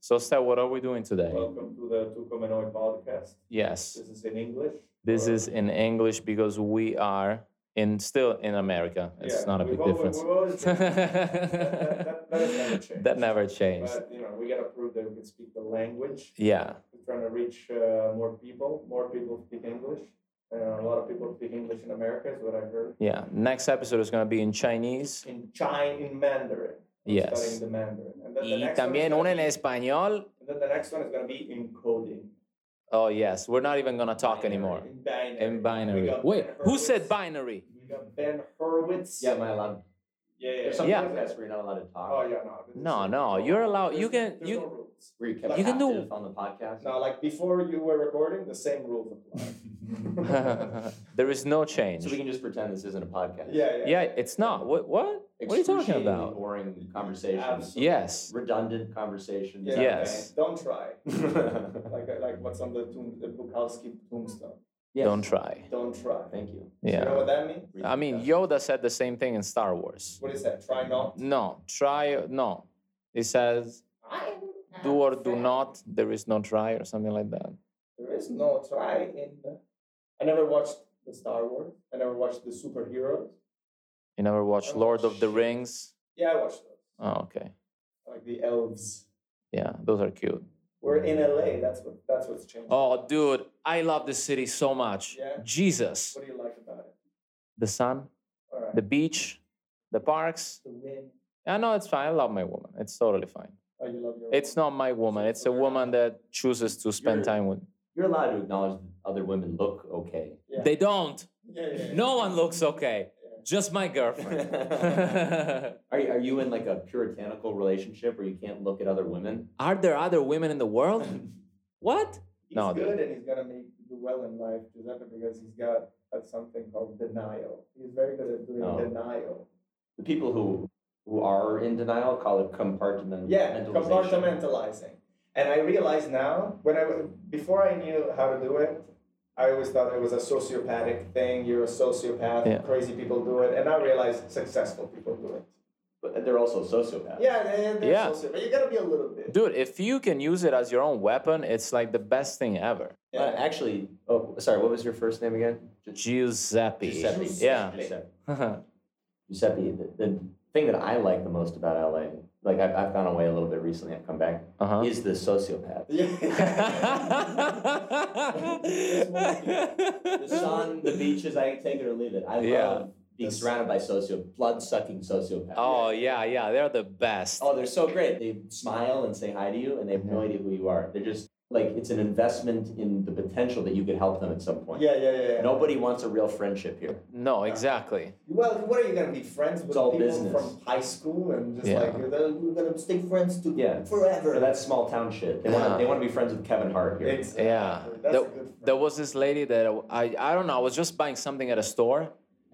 So, Seth, what are we doing today? Welcome to the Two Comenoi podcast. Yes, This is in English. this Uh, is in English because we are in still in America. It's yeah, not a we've big always- difference. we've always been- that- that- that has never changed. That never changed. But you know, we gotta prove that we can speak the language. Yeah, We're trying to reach uh, more people. More people speak English. Uh, a lot of people speak English in America, is what I heard. yeah. Next episode is gonna be in Chinese. In China, in Mandarin. I'm Yes. Studying the Mandarin. And then the Y next one is también gonna una en be- español. and then the next one is gonna be in coding. Oh yes, we're not even gonna talk Binary, anymore. In binary. In We binary. got Wait, Ben who Hurwitz. said binary? We got Ben Hurwitz. Yeah, am I allowed? Yeah, yeah. There's some Yeah. podcasts where you're not allowed to talk. Oh yeah, no. this is- No, no, you're allowed- you there's- can- there's you- no rules. Where you kept You can do- captive on the podcast. No, like before you were recording, the same rules apply. there is no change. So we can just pretend this isn't a podcast. yeah, yeah. Yeah, it's not. What? What? What are you talking Excruciatingly about? Boring conversations. Absolutely. Yes. Redundant conversations. Yeah, Yes. okay, Don't try. Thank Like like what's on the tomb, the Bukowski tombstone. Yes. Don't try. Don't try. you. You know Yeah. what that means? I mean, Yoda said the same thing in Star Wars. What is that? Try not. No, try no. It says I do or do not. There is no try or something like that. There is no try in. The... I never watched the Star Wars. I never watched the superheroes. You never watched Oh, Lord of the shit. Rings? Yeah, I watched those. Oh, okay. Like the elves. Yeah, those are cute. We're in LA. That's what. That's what's changed. Oh, dude, I love this city so much. Yeah? Jesus, What do you like about it? the sun, All right. the beach, the parks. the wind. I know it's fine. I love my woman. It's totally fine. Oh, you love your. It's not my woman. It's a woman that chooses to spend You're- time with. You're allowed to acknowledge that other women look okay. Yeah. They don't. Yeah, yeah, yeah. No one looks okay. Yeah. Just my girlfriend. Are you, are you in like a puritanical relationship where you can't look at other women? Are there other women in the world? What? He's No, dude. good and he's gonna make do well in life, Giuseppe, because he's got uh, something called denial. He's very good at doing Oh. denial. The people who who are in denial call it compartmentalization. Yeah, compartmentalizing. And I realize now, when I wa- before I knew how to do it, I always thought it was a sociopathic thing. You're a sociopath. Yeah. Crazy people do it, and I realize successful people do it. But they're also sociopaths. Yeah, they- they're Yeah. soci- but you gotta be a little bit. Dude, if you can use it as your own weapon, it's like the best thing ever. Yeah. Uh, actually, oh, sorry, what was your first name again? Gi- Giuseppe. Uh-huh. Giuseppe. Yeah. Giuseppe. yeah, Giuseppe, the, the thing that I like the most about LA, like I've, I've gone away a little bit recently, I've come back, Uh-huh. is the sociopath. The sun, the beaches, I can take it or leave it. I Yeah. love being surrounded by socio, blood sucking sociopaths. oh, yeah, yeah. They're the best. Oh, they're so great. They smile and say hi to you, and they have no idea who you are. They're just like, it's an investment in the potential that you could help them at some point. yeah, yeah, yeah. yeah. Nobody wants a real friendship here. No, exactly. Well, what are you gonna be friends with all people business. from high school and just Yeah. like you're the- we're gonna stay friends to Yeah. forever? Or that's small town shit. They Yeah. want to they want to be friends with Kevin Hart here. exactly. Yeah. That's There, a good there friend. was this lady that I, I don't know, I was just buying something at a store.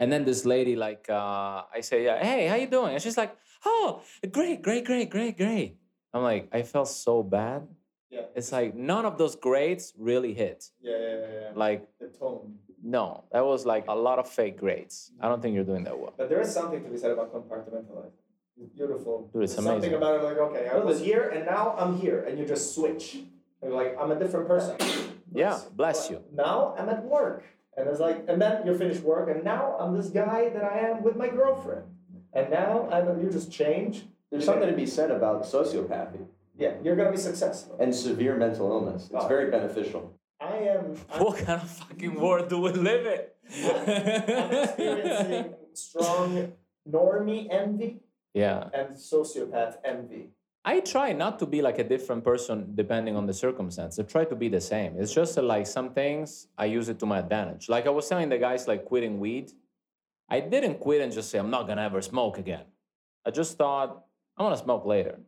And then this lady, like, uh, I say, yeah, hey, how you doing? And she's like, oh, great, great, great, great, great. I'm like, I felt so bad. yeah. It's like none of those grades really hit. yeah, yeah, yeah, yeah. Like, The tone. No, that was like a lot of fake grades. I don't think you're doing that well. But there is something to be said about compartmentalizing. It's beautiful. Dude, it's There's amazing. Something about it, like okay, I was here and now I'm here, and you just switch. And you're like I'm a different person. Yeah, bless you. Now I'm at work, and it's like, and then you finish work, and now I'm this guy that I am with my girlfriend, and now I'm. You just change. There's something to be said about sociopathy Yeah, you're gonna be successful. and severe mental illness. It's Oh. very beneficial. I am. I'm- What kind of fucking world do we live I'm in? experiencing strong normie envy yeah. and sociopath envy. I try not to be like a different person depending on the circumstance. I try to be the same. It's just that, like some things I use it to my advantage. Like I was telling the guys like quitting weed. I didn't quit and just say I'm not gonna ever smoke again. I just thought I'm gonna smoke later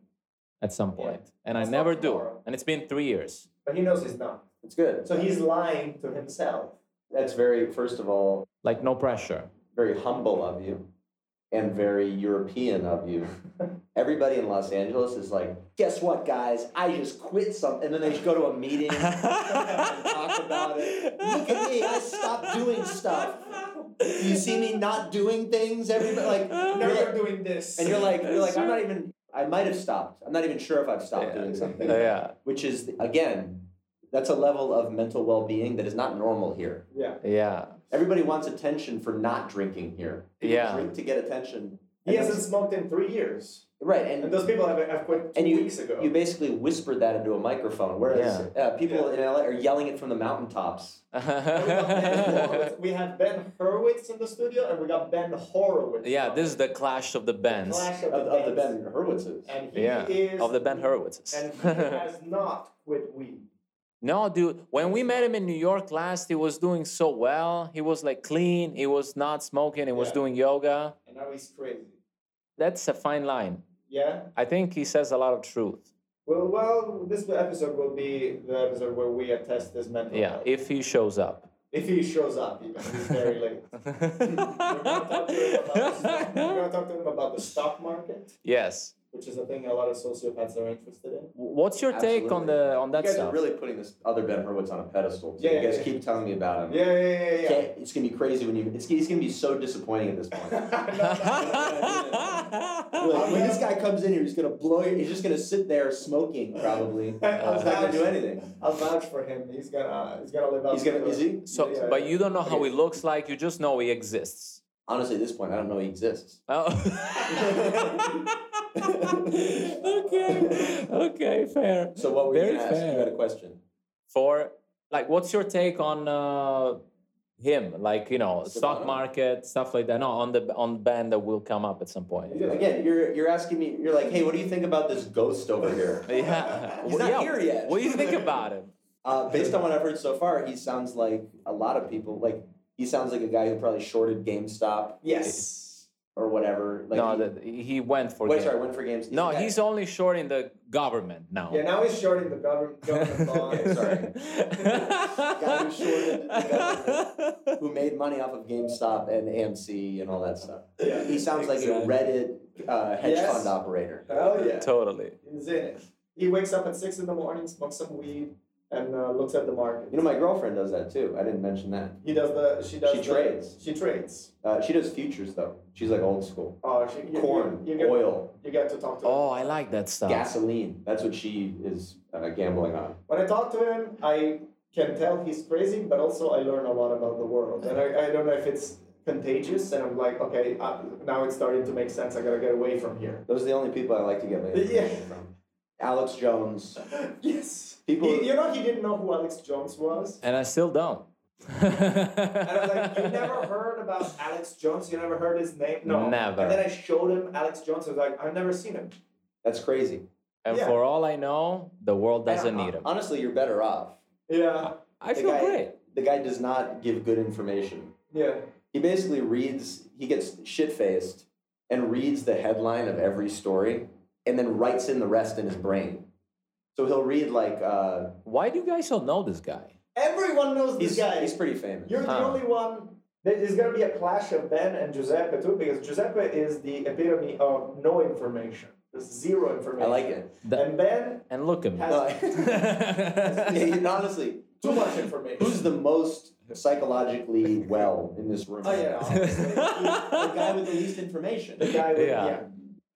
at some Yeah. point. And I It's not never do. tomorrow. And it's been three years. But he knows he's not. It's good. So he's lying to himself. That's very, first of all, Like no pressure. very humble of you and very European of you. Everybody in Los Angeles is like, guess what, guys? I just quit something. And then they go to a meeting and talk about it. Look at me, I stopped doing stuff. You see me not doing things, everybody like, Now you're you're like doing this. and you're like, you're like, I'm not even I might have stopped. I'm not even sure if I've stopped Yeah. doing something. yeah, Which is again, that's a level of mental well-being that is not normal here. Yeah. yeah, Everybody wants attention for not drinking here. People Yeah. drink to get attention. He hasn't And that's- smoked in three years. right, and And those people have, have quit two And you- weeks ago. You basically whispered that into a microphone, whereas uh, people in LA are yelling it from the mountaintops. And we got Ben Horowitz- we have Ben Hurwitz in the studio, and we got Ben Horowitz. yeah. This is the clash of the bands Clash Of, of, of the Bands. Ben Hurwitzes. And he Yeah, is of the Ben Hurwitzes. And he has not quit weed. No, dude. When we met him in New York last, he was doing so well. He was like clean. He was not smoking. He was Yeah. doing yoga. And now he's crazy. That's a fine line. Yeah. I think he says a lot of truth. Well, well, this episode will be the episode where we attest his mental. Yeah, health. if he shows up. if he shows up, even he's very late. We're gonna talk to him about the stock- we're gonna talk to him about the stock market, yes. which is a thing a lot of sociopaths are interested in. What's your take on Absolutely. the on You that guys stuff? are really putting this other Ben Hurwitz on a pedestal. too. Yeah, you guys yeah, keep telling me about him. Yeah, yeah, yeah, yeah. Can't- It's gonna be crazy when you. It's, he's gonna be so disappointing at this point. Like, I'm when gonna- this guy comes in here, he's gonna blow. Your, he's just gonna sit there smoking, probably. he's I'll not gonna vouch, do anything. I'll vouch for him. He's gonna, he's gonna live up. He's gonna. to Is it. he? so, Yeah, but yeah. you don't know how he looks like. You just know he exists. Honestly, at this point, I don't know he exists. Oh. okay. Okay. Fair. So what were you Very gonna ask? You fair. had a question. for like what's your take on uh him like you know stock Solana? market stuff like that no on the on the band that will come up at some point Yeah. Again, you're you're asking me. You're like, hey, what do you think about this ghost over here? yeah He's not yeah. here yet. what do you think about him Uh, based on what I've heard so far, he sounds like a lot of people. Like he sounds like a guy who probably shorted GameStop Yes. or whatever. Like no he, that he went for wait, game. sorry, went for games. no a guy- he's only shorting the government now Yeah. Now he's shorting the government. government bond. sorry. Guy who shorted the who made money off of GameStop and AMC and all that stuff. Yeah. He sounds like a Exactly. Reddit uh, hedge Yes. fund operator. Hell yeah. totally He's in it. He wakes up at six in the morning, smokes some weed, and uh, looks at the market. You know, my girlfriend does that too. I didn't mention that. he does the. She does. She the- trades. She trades. Uh, she does futures though. She's like old school. Oh, she, you, Corn, You, you get, oil, You get to talk to. oh i Him. like that stuff gasoline. That's what she is uh, gambling on. When I talk to him, I can tell he's crazy, but also I learn a lot about the world, and I, I don't know if it's contagious. And I'm like, okay, uh, now it's starting to make sense. I gotta get away from here. Those are the only people I like to get my information Yeah. from. Alex Jones. yes. People- You- you know, he didn't know who Alex Jones was. and i still don't And I was like, you never heard about Alex Jones? You never heard his name? No. Never. And then I showed him Alex Jones. I was like, I've never seen him. That's crazy. and Yeah. for all i know the world doesn't need him Honestly, you're better off. Yeah. i The feel guy- great The guy does not give good information. Yeah. He basically reads, he gets shit faced and reads the headline of every story and then writes in the rest in his brain. So he'll read like, uh, why do you guys all know this guy Everyone knows this he's, guy. he's pretty famous. You're the Huh. only one. There- There's going to be a clash of Ben and Giuseppe too, because Giuseppe is the epitome of no information. There's zero I information. like it. And Ben, and look at me Has- Yeah, you- honestly, too much information. who's the most psychologically well in this room? oh, yeah. obviously. uh, The guy with the least information. the guy with, yeah. Yeah.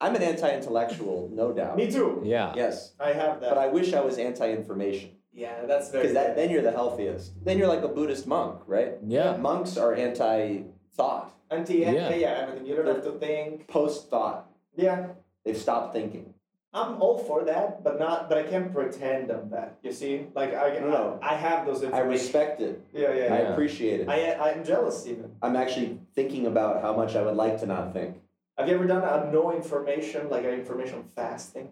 I'm an anti intellectual, no doubt. Me too. yeah. Yes. I have that. But I wish I was anti information. yeah, that's very Because that, then you're the healthiest. Then you're like a Buddhist monk, right? Yeah. Monks are anti thought, Anti, Yeah. yeah. everything. You don't have to think. post thought. Yeah. They've stopped thinking. I'm all for that, but not. But I can't pretend I'm that. You see, like I No, no. I, I have those. I Information. respect it. Yeah, yeah. I yeah. Yeah. appreciate it. I I'm jealous even. I'm actually thinking about how much I would like to not think. Have you ever done a no information like an information fasting?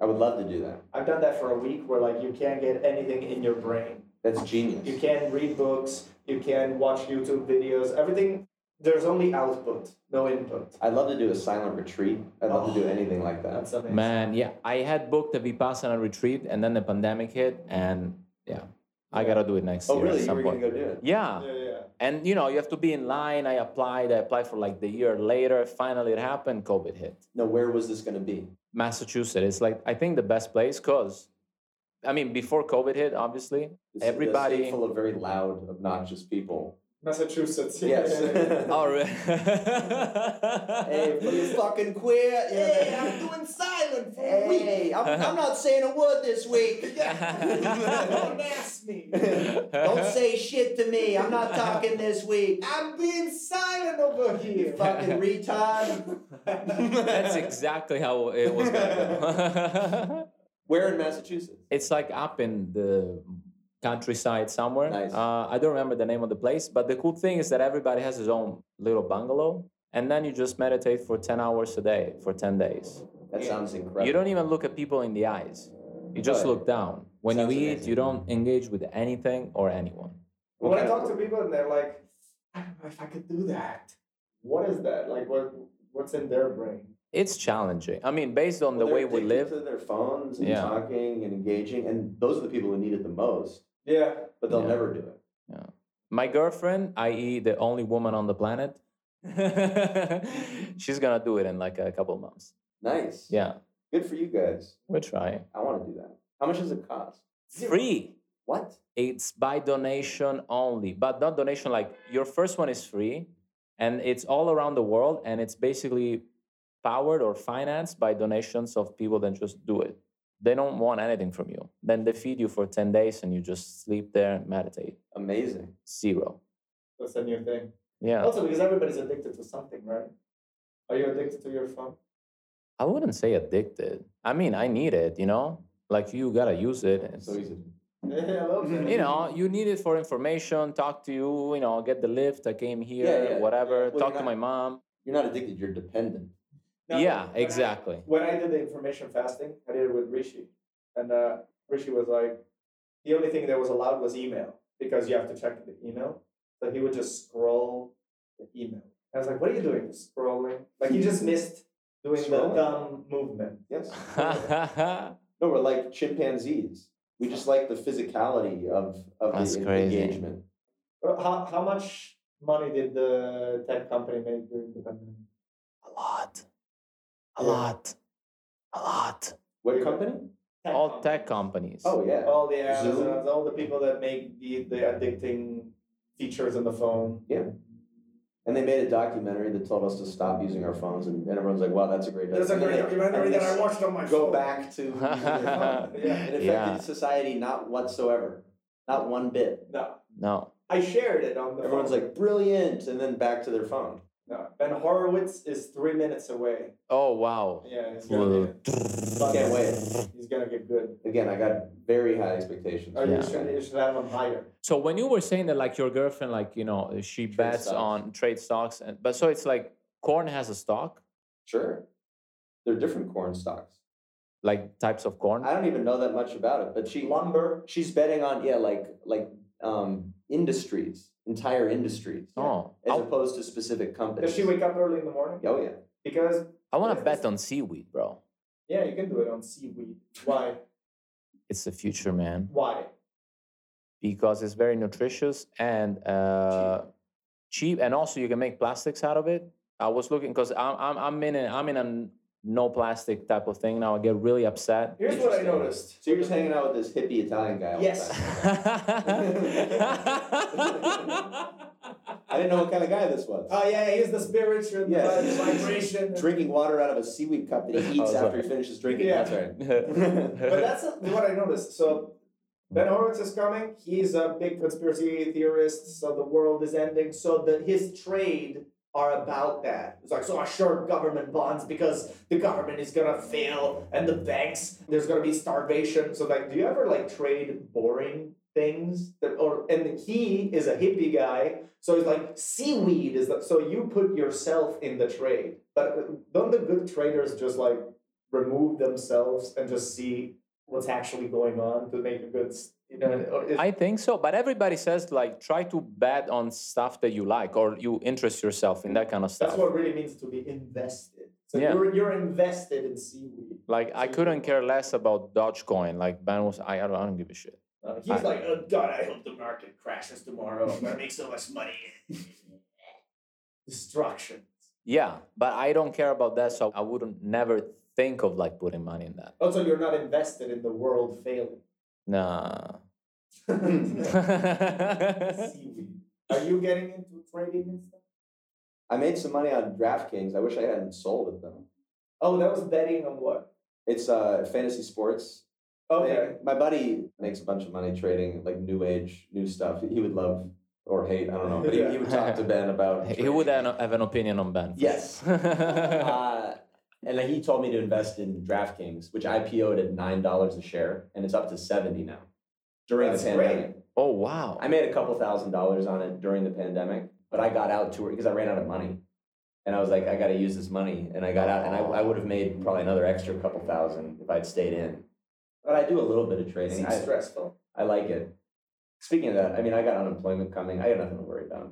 I would love to do that. I've done that for a week where like you can't get anything in your brain. That's You genius. can't read books. You can't watch YouTube videos. Everything. There's only output, no input. I'd love to do a silent retreat. I'd love Oh. to do anything like that. That's amazing. Man, yeah. I had booked a Vipassana retreat and then the pandemic hit and yeah. I gotta do it next Oh, year really? at You some were going point. to go do it? yeah. Yeah, yeah. And you know, you have to be in line. I applied, I applied for like the year later. Finally it happened, COVID hit. No, where was this going to be? Massachusetts is like I think the best place because I mean before COVID hit, obviously. This is a state everybody full of very loud, obnoxious people. Massachusetts. Yes. All right. Hey, but you fucking queer. Hey, I'm doing silent for a week. Hey, I'm, I'm not saying a word this week. Don't ask me. Don't say shit to me. I'm not talking this week. I'm being silent over here. You fucking retard. That's exactly how it was gonna go. Where in Massachusetts? it's like up in the countryside somewhere. Nice. Uh, I don't remember the name of the place, but the cool thing is that everybody has his own little bungalow, and then you just meditate for 10 hours a day for 10 days. That sounds incredible. You don't even look at people in the eyes, you just Right. look down. When Sounds you eat, amazing. you don't engage with anything or anyone. What When I kind talk of- to people and they're like, I don't know if I could do that. What is that? Like, what? What's in their brain? It's challenging. I mean, based on the Well, they're way we addicted live, To their phones and Yeah. talking and engaging, and those are the people who need it the most. Yeah. But they'll Yeah. never do it. my girlfriend, i.e., the only woman on the planet, she's gonna do it in like a couple months. Nice. Yeah, Good for you guys. we're trying. I want to do that. How much does it cost? Free. What? It's by donation only, but not donation like your first one is free and it's all around the world and it's basically powered or financed by donations of people that just do it. They don't want anything from you. Then they feed you for 10 days and you just sleep there and meditate. Amazing. Zero. That's a new thing. Yeah. Also, because everybody's addicted to something, right? Are you addicted to your phone? I wouldn't say addicted. I mean, I need it, you know? Like you gotta use it. It's- So easy. Yeah, I love that. you know, you need it for information, talk to you, you know, get the lift, I came here, yeah. whatever, Well, talk you're to my mom. You're not addicted. You're dependent. No, yeah, when I- exactly. When I did the information fasting, I did it with Rishi, and uh, Rishi was like, the only thing that was allowed was email because you have to check the email. So he would just scroll the email. I was like, what are you doing? Scrolling? Like he just missed doing Scrolling. the thumb movement. Yes. That's no, we're like chimpanzees. We just like the physicality of of That's the en- crazy. engagement. Uh, How, how much money did the tech company make during the pandemic? a lot. A Yeah. lot. A lot. What company? All companies. tech companies. Oh yeah. all the Zoom. Amazons, all the people that make the, the addicting features on the phone. And they made a documentary that told us to stop using our phones, and, and everyone's like, "Wow, that's a great." There's a great documentary documentary." that And I they watched on my Go phone. back to using your phone. Yeah. It affected Yeah. society not whatsoever, not one bit. No, No. I shared it on the. Everyone's phone. like, "Brilliant," and then back to their phone. no. Ben Horowitz is three minutes away. Oh wow. Yeah, he's Whoa. gonna, I Yeah. can't wait. get, he's gonna get good. Again, I got very high expectations. Or for you this should guy. you should have him higher. So when you were saying that like your girlfriend, like, you know, she bets stocks. on trade stocks and but so it's like corn has a stock, Sure, they're different corn stocks. like types of corn. I don't even know that much about it, but she Lumber. she's betting on yeah, like like um, industries, entire industries, Oh. as I, opposed to specific companies. Does she wake up early in the morning? Oh yeah. Because I wanna bet on seaweed, bro. yeah, you can do it on seaweed. Why? It's the future, man. Why? because it's very nutritious and uh, cheap. and also you can make plastics out of it. I was looking because I'm I'm I'm in a, I'm in a n- no plastic type of thing now. I get really upset. Here's what I Interesting. noticed. So you're just hanging out with this hippie Italian guy. All Yes. The time. I didn't know what kind of guy this was. Oh yeah, he's the spiritual Yeah. yeah. vibration. drinking water out of a seaweed cup that he Oh, eats after sorry. he finishes drinking. Yeah. That's right. but that's what I noticed. So Ben Horowitz is coming. He's a big conspiracy theorist. So the world is ending. So that his trade are about that. It's like so I short government bonds because the government is gonna fail and the banks there's gonna be starvation. So like, do you ever like trade boring? things that or and he is a hippie guy so he's like seaweed is that so you put yourself in the trade but uh, don't the good traders just like remove themselves and just see what's actually going on to make a good, s- you know. uh, or is- I think so, but everybody says like try to bet on stuff that you like or you interest yourself in that kind of that's stuff. what really means to be invested. So Yeah. you're, you're invested in seaweed. Like I couldn't care less about Dogecoin. Like Ben was, I, I don't, I don't give a shit. Uh, he's I- like, oh God, I hope the market crashes tomorrow. I'm gonna make so much money. Destruction. Yeah, but I don't care about that, so I wouldn't never think of like putting money in that. Also, you're not invested in the world failing. Nah. seaweed. Are you getting into trading and stuff? I made some money on DraftKings. I wish I hadn't sold it though. Oh, that was betting on what? It's uh, fantasy sports. Okay. My buddy makes a bunch of money trading like new age, new stuff. He would love or hate, I don't know, but he, he would talk to Ben about. He would have an- have an opinion on Ben. for Yes. sure. uh, and then he told me to invest in DraftKings, which IPO'd at nine dollars a share, and it's up to seventy now. During That's the great. pandemic, oh wow. I made a couple thousand dollars on it during the pandemic, but I got out to it because I ran out of money, and I was like, I got to use this money, and I got out, and I, I would have made probably another extra couple thousand if I'd stayed in. But I do a little bit of It trading. seems I, stressful. I like it. Speaking of that, I mean, I got unemployment coming. I got nothing to worry about.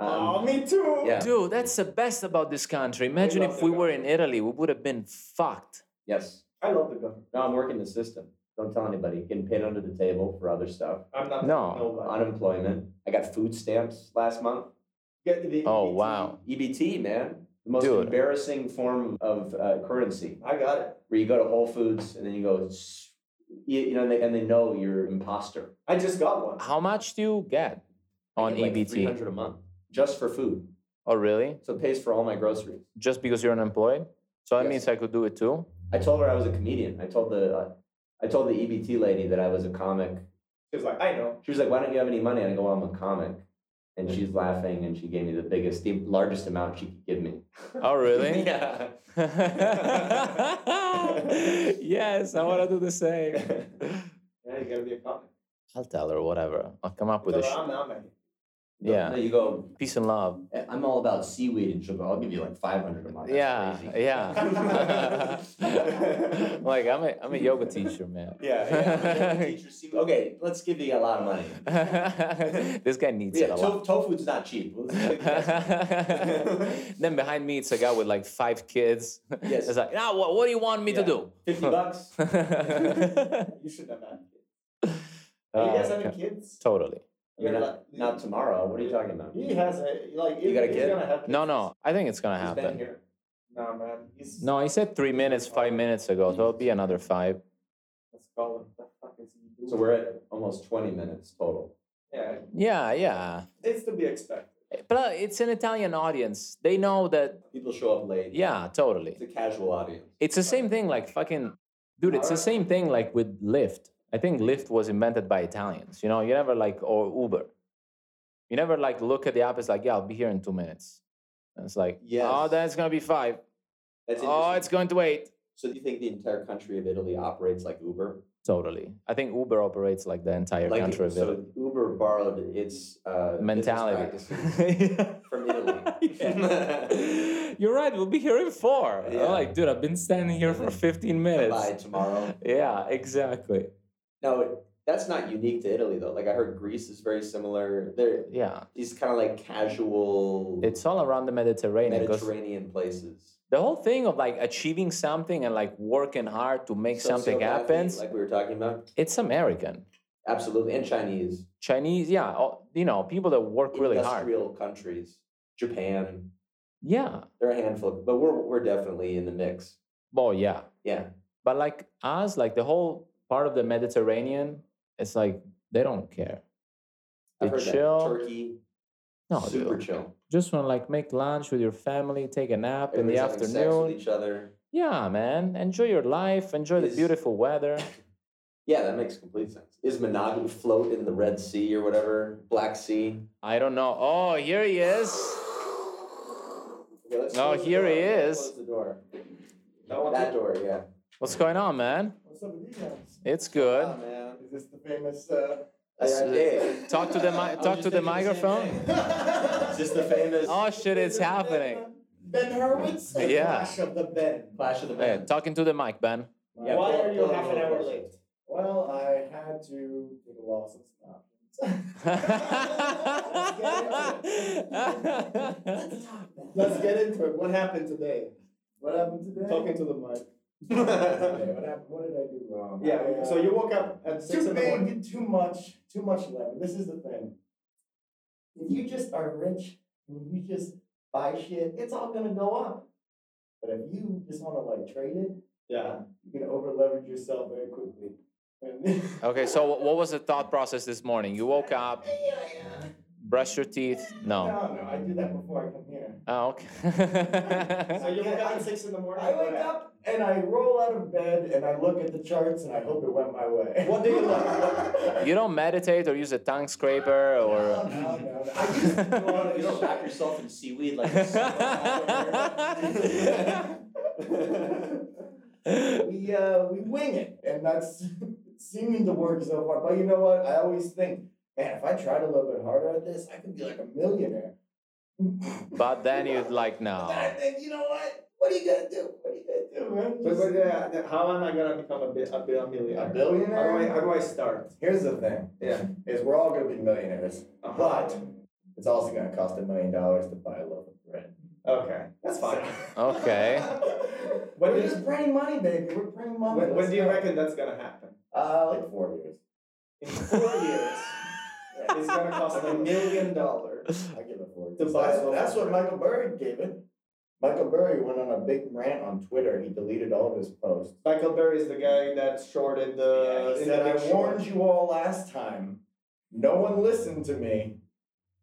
Um, oh, me too. yeah. Dude, that's the best about this country. Imagine love if the we were in Italy, we would have been fucked. Yes. I love the government. No, I'm working the system. Don't tell anybody. Getting paid under the table for other stuff. I'm not No. nobody. Unemployment. I got food stamps last month. Get the Oh EBT. wow. EBT, man. The most Dude. embarrassing form of uh, currency I got it. where you go to Whole Foods and then you go, "S- you, you know, and they, and they know you're an imposter. I just got one. How much do you get on E Get like EBT? 300 a month just for food. Oh really? So it pays for all my groceries. Just because you're unemployed? So that Yes. means I could do it too. I told her I was a comedian. I told the, uh, I told the EBT lady that I was a comic She was like, I know. She was like, "Why don't you have any money?" And I go, well, "I'm a comic," and she's laughing, and she gave me the biggest, the largest amount she could give me. Oh really? yeah. yes, I want to do the same. Yeah, you gotta be a comic. I'll tell her whatever. I'll come up with a So sh- I'm not mad. yeah. No, you go. Peace and love. "Eh, I'm all about seaweed and sugar. I'll give you like 500 a month. That's Yeah, crazy." yeah. like I'm a I'm a yoga teacher, man. Yeah, yeah. Like, teacher, seaweed- Okay, let's give you a lot of money. this guy needs Yeah, it a lot. to- tofu's not cheap. Let's take that. then behind me, it's a guy with like five kids. Yes. It's like, now what, what do you want me to Yeah. do? 50 bucks. You should have had kids. Uh, you guys having okay. kids? Totally. You're You're not, like- not tomorrow. What are you talking about? He has a like. You if- got a he's kid? Gonna have No, kids. no, I think it's gonna He's been happen. here. No, man. He's, No, he said three minutes, five minutes ago, so it'll be another five. Let's call him. The fuck is he doing? So we're at almost 20 minutes total. yeah, Yeah, yeah. it's to be expected. But it's an Italian audience. They know that. People show up late. Yeah, totally. It's a casual audience. It's the same thing, like fucking, dude. It's the same thing, like with Lyft. I think Lyft was invented by Italians. You know, you never like or Uber. You never like look at the app. It's like, yeah, I'll be here in two minutes. And it's like, Yes. oh, that's gonna be five. That's oh, interesting. it's going to wait. So do you think the entire country of Italy operates like Uber? Totally. I think Uber operates like the entire like country of Italy. so Uber borrowed its uh, business mentality. practices from Italy. Yeah. You're right. We'll be here in four. Yeah. I'm like, dude, I've been standing here for 15 minutes. By tomorrow. Yeah, exactly. No, that's not unique to Italy though. Like I heard Greece is very similar. They're Yeah, these kind of like casual it's all around the Mediterranean because Mediterranean places. the whole thing of like achieving something and like working hard to make something Sociopathy, happen, Like we were talking about. it's American. Absolutely. And Chinese. Chinese, yeah, all- you know, people that work really hard. industrial countries. Japan. Yeah. There are a handful, but we're we're definitely in the mix. Oh, yeah. Yeah. But like us, like the whole part of the Mediterranean, it's like they don't care. They I've heard chill. that. Turkey. No, super dude. chill. Just want to like make lunch with your family, take a nap in the Everybody's having sex with afternoon. each other. Yeah, man. Enjoy your life. Enjoy the Is- beautiful weather. Yeah, that makes complete sense. Is monogamy float in the Red Sea or whatever? Black Sea. I don't know. Oh, here he is. Okay, let's Oh, close the here door. he Let's is. Close the door. That one. That door, yeah. What's going on, man? What's up with you guys? It's good. Oh, man. Is this the famous? Uh... That's- Yeah, yeah. Talk to the mi- I was talk just to the thinking same microphone. thing. Is this the famous Oh shit, it's happening. Ben Hurwitz. The Yeah. Clash of the Ben. Clash of the Hey, Bands? talking to the mic, Ben. Why Yeah, go- are you go- half go- an go- hour go. late? Well, I had to take a loss Let's get into it. What happened today? What happened today? Talking to the mic. Okay, what happened? What did I do wrong? I, Yeah. uh, So you woke up at six too in the morning. big, too much, too much level. This is the thing. If you just are rich and you just buy shit, it's all gonna go up. But if you just want to like trade it, Yeah. you can over leverage yourself very quickly. And- Okay, so wh- what was the thought process this morning? You woke up, Yeah, yeah. Brush your teeth? No. No, no, I do that before I come here. Oh, okay. So you wake Yeah, up I- at six in the morning. I wake up and I roll out of bed and I look at the charts and I hope it went my way. What do you like? you don't meditate or use a tongue scraper or. uh, No, no, no. I used to You do don't, you all this don't wrap shit. yourself in seaweed like a summer we uh, we wing it, and that's seeming to work so far. But you know what? I always think, man, if I tried a little bit harder at this, I could be like a millionaire. But then you're like, no. But then I think, you know what? What are you gonna do? What are you gonna do, man? But, Just- but, yeah, then how am I gonna become a, bi- a billionaire? A billionaire? How do I, how do I start? Here's the thing: Yeah. is we're all gonna be millionaires, Uh-huh. but it's also gonna cost a million dollars to buy a loaf of bread. Okay, That's fine. Okay. When We're do- just printing money, baby. We're printing money. when, when Let's do you go. reckon that's gonna happen? Uh, like four years. In four years, it's gonna cost a million dollars. I give it forward. The that's, Bible. that's what Michael Burry gave it. Michael Burry went on a big rant on Twitter. He deleted all of his posts. Michael Berry is the guy that shorted Yeah, the. he in said, the I big short." warned you all last time. No one listened to me.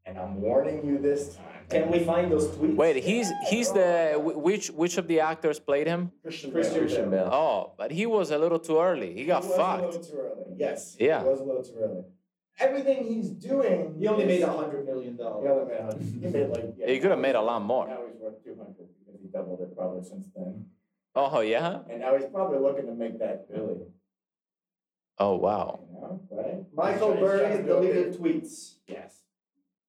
And I'm warning you this time. Can we find those tweets? Wait, he's he's the wh- which which of the actors played him? Christian Christian Bale. Bale. Bell. Oh, but he was a little too early. He got It was a fucked. little too early. Yes. Yeah. It was a little too early. Everything he's doing. He only is- made a hundred million He dollars. only made a hundred. He made like. Yeah, He could have made a lot more. Now he's worth 200 because he doubled it probably since then. Oh yeah. And now he's probably looking to make that billion. Oh wow. You know, right? Michael He's trying- he's trying Berry to do a deleted big- tweets. Yes.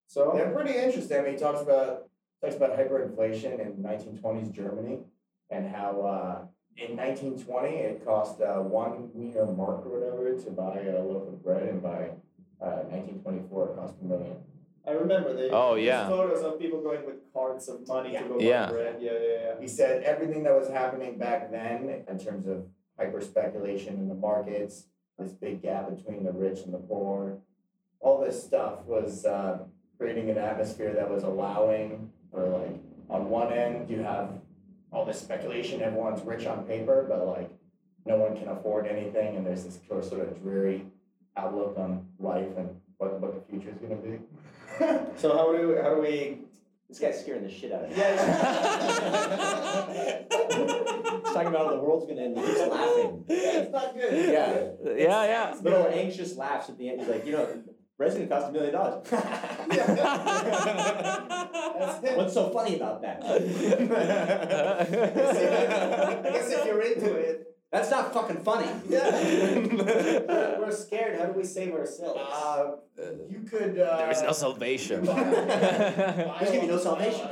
So. They're pretty interesting. I mean, he talks about talks about hyperinflation in 1920s Germany and how uh, in 1920 it cost uh, one wiener mark or whatever to buy a loaf of bread, and by uh, 1924 it cost a million. I remember they. Oh, there's yeah. Photos of people going with carts of money to go Yeah. buy bread. Yeah, yeah, yeah. He said everything that was happening back then in terms of hyper speculation in the markets, this big gap between the rich and the poor, all this stuff was uh, creating an atmosphere that was allowing for like on one end you have all this speculation, everyone's rich on paper, but like no one can afford anything, and there's this sort of dreary outlook on life and what, what the future is going to be. So how do how do we? This guy's scaring the shit out of me. He's Yeah. talking about how the world's gonna end. He's just laughing. it's not good. Yeah. Yeah, yeah. Little anxious laughs at the end. He's like, you know, resident cost a million dollars. That's it. What's so funny about that? I guess if you're into it, That's not fucking funny. Yeah. we're scared. How do we save ourselves? Uh, you could. Uh, There is no salvation. There's There's gonna be no salvation.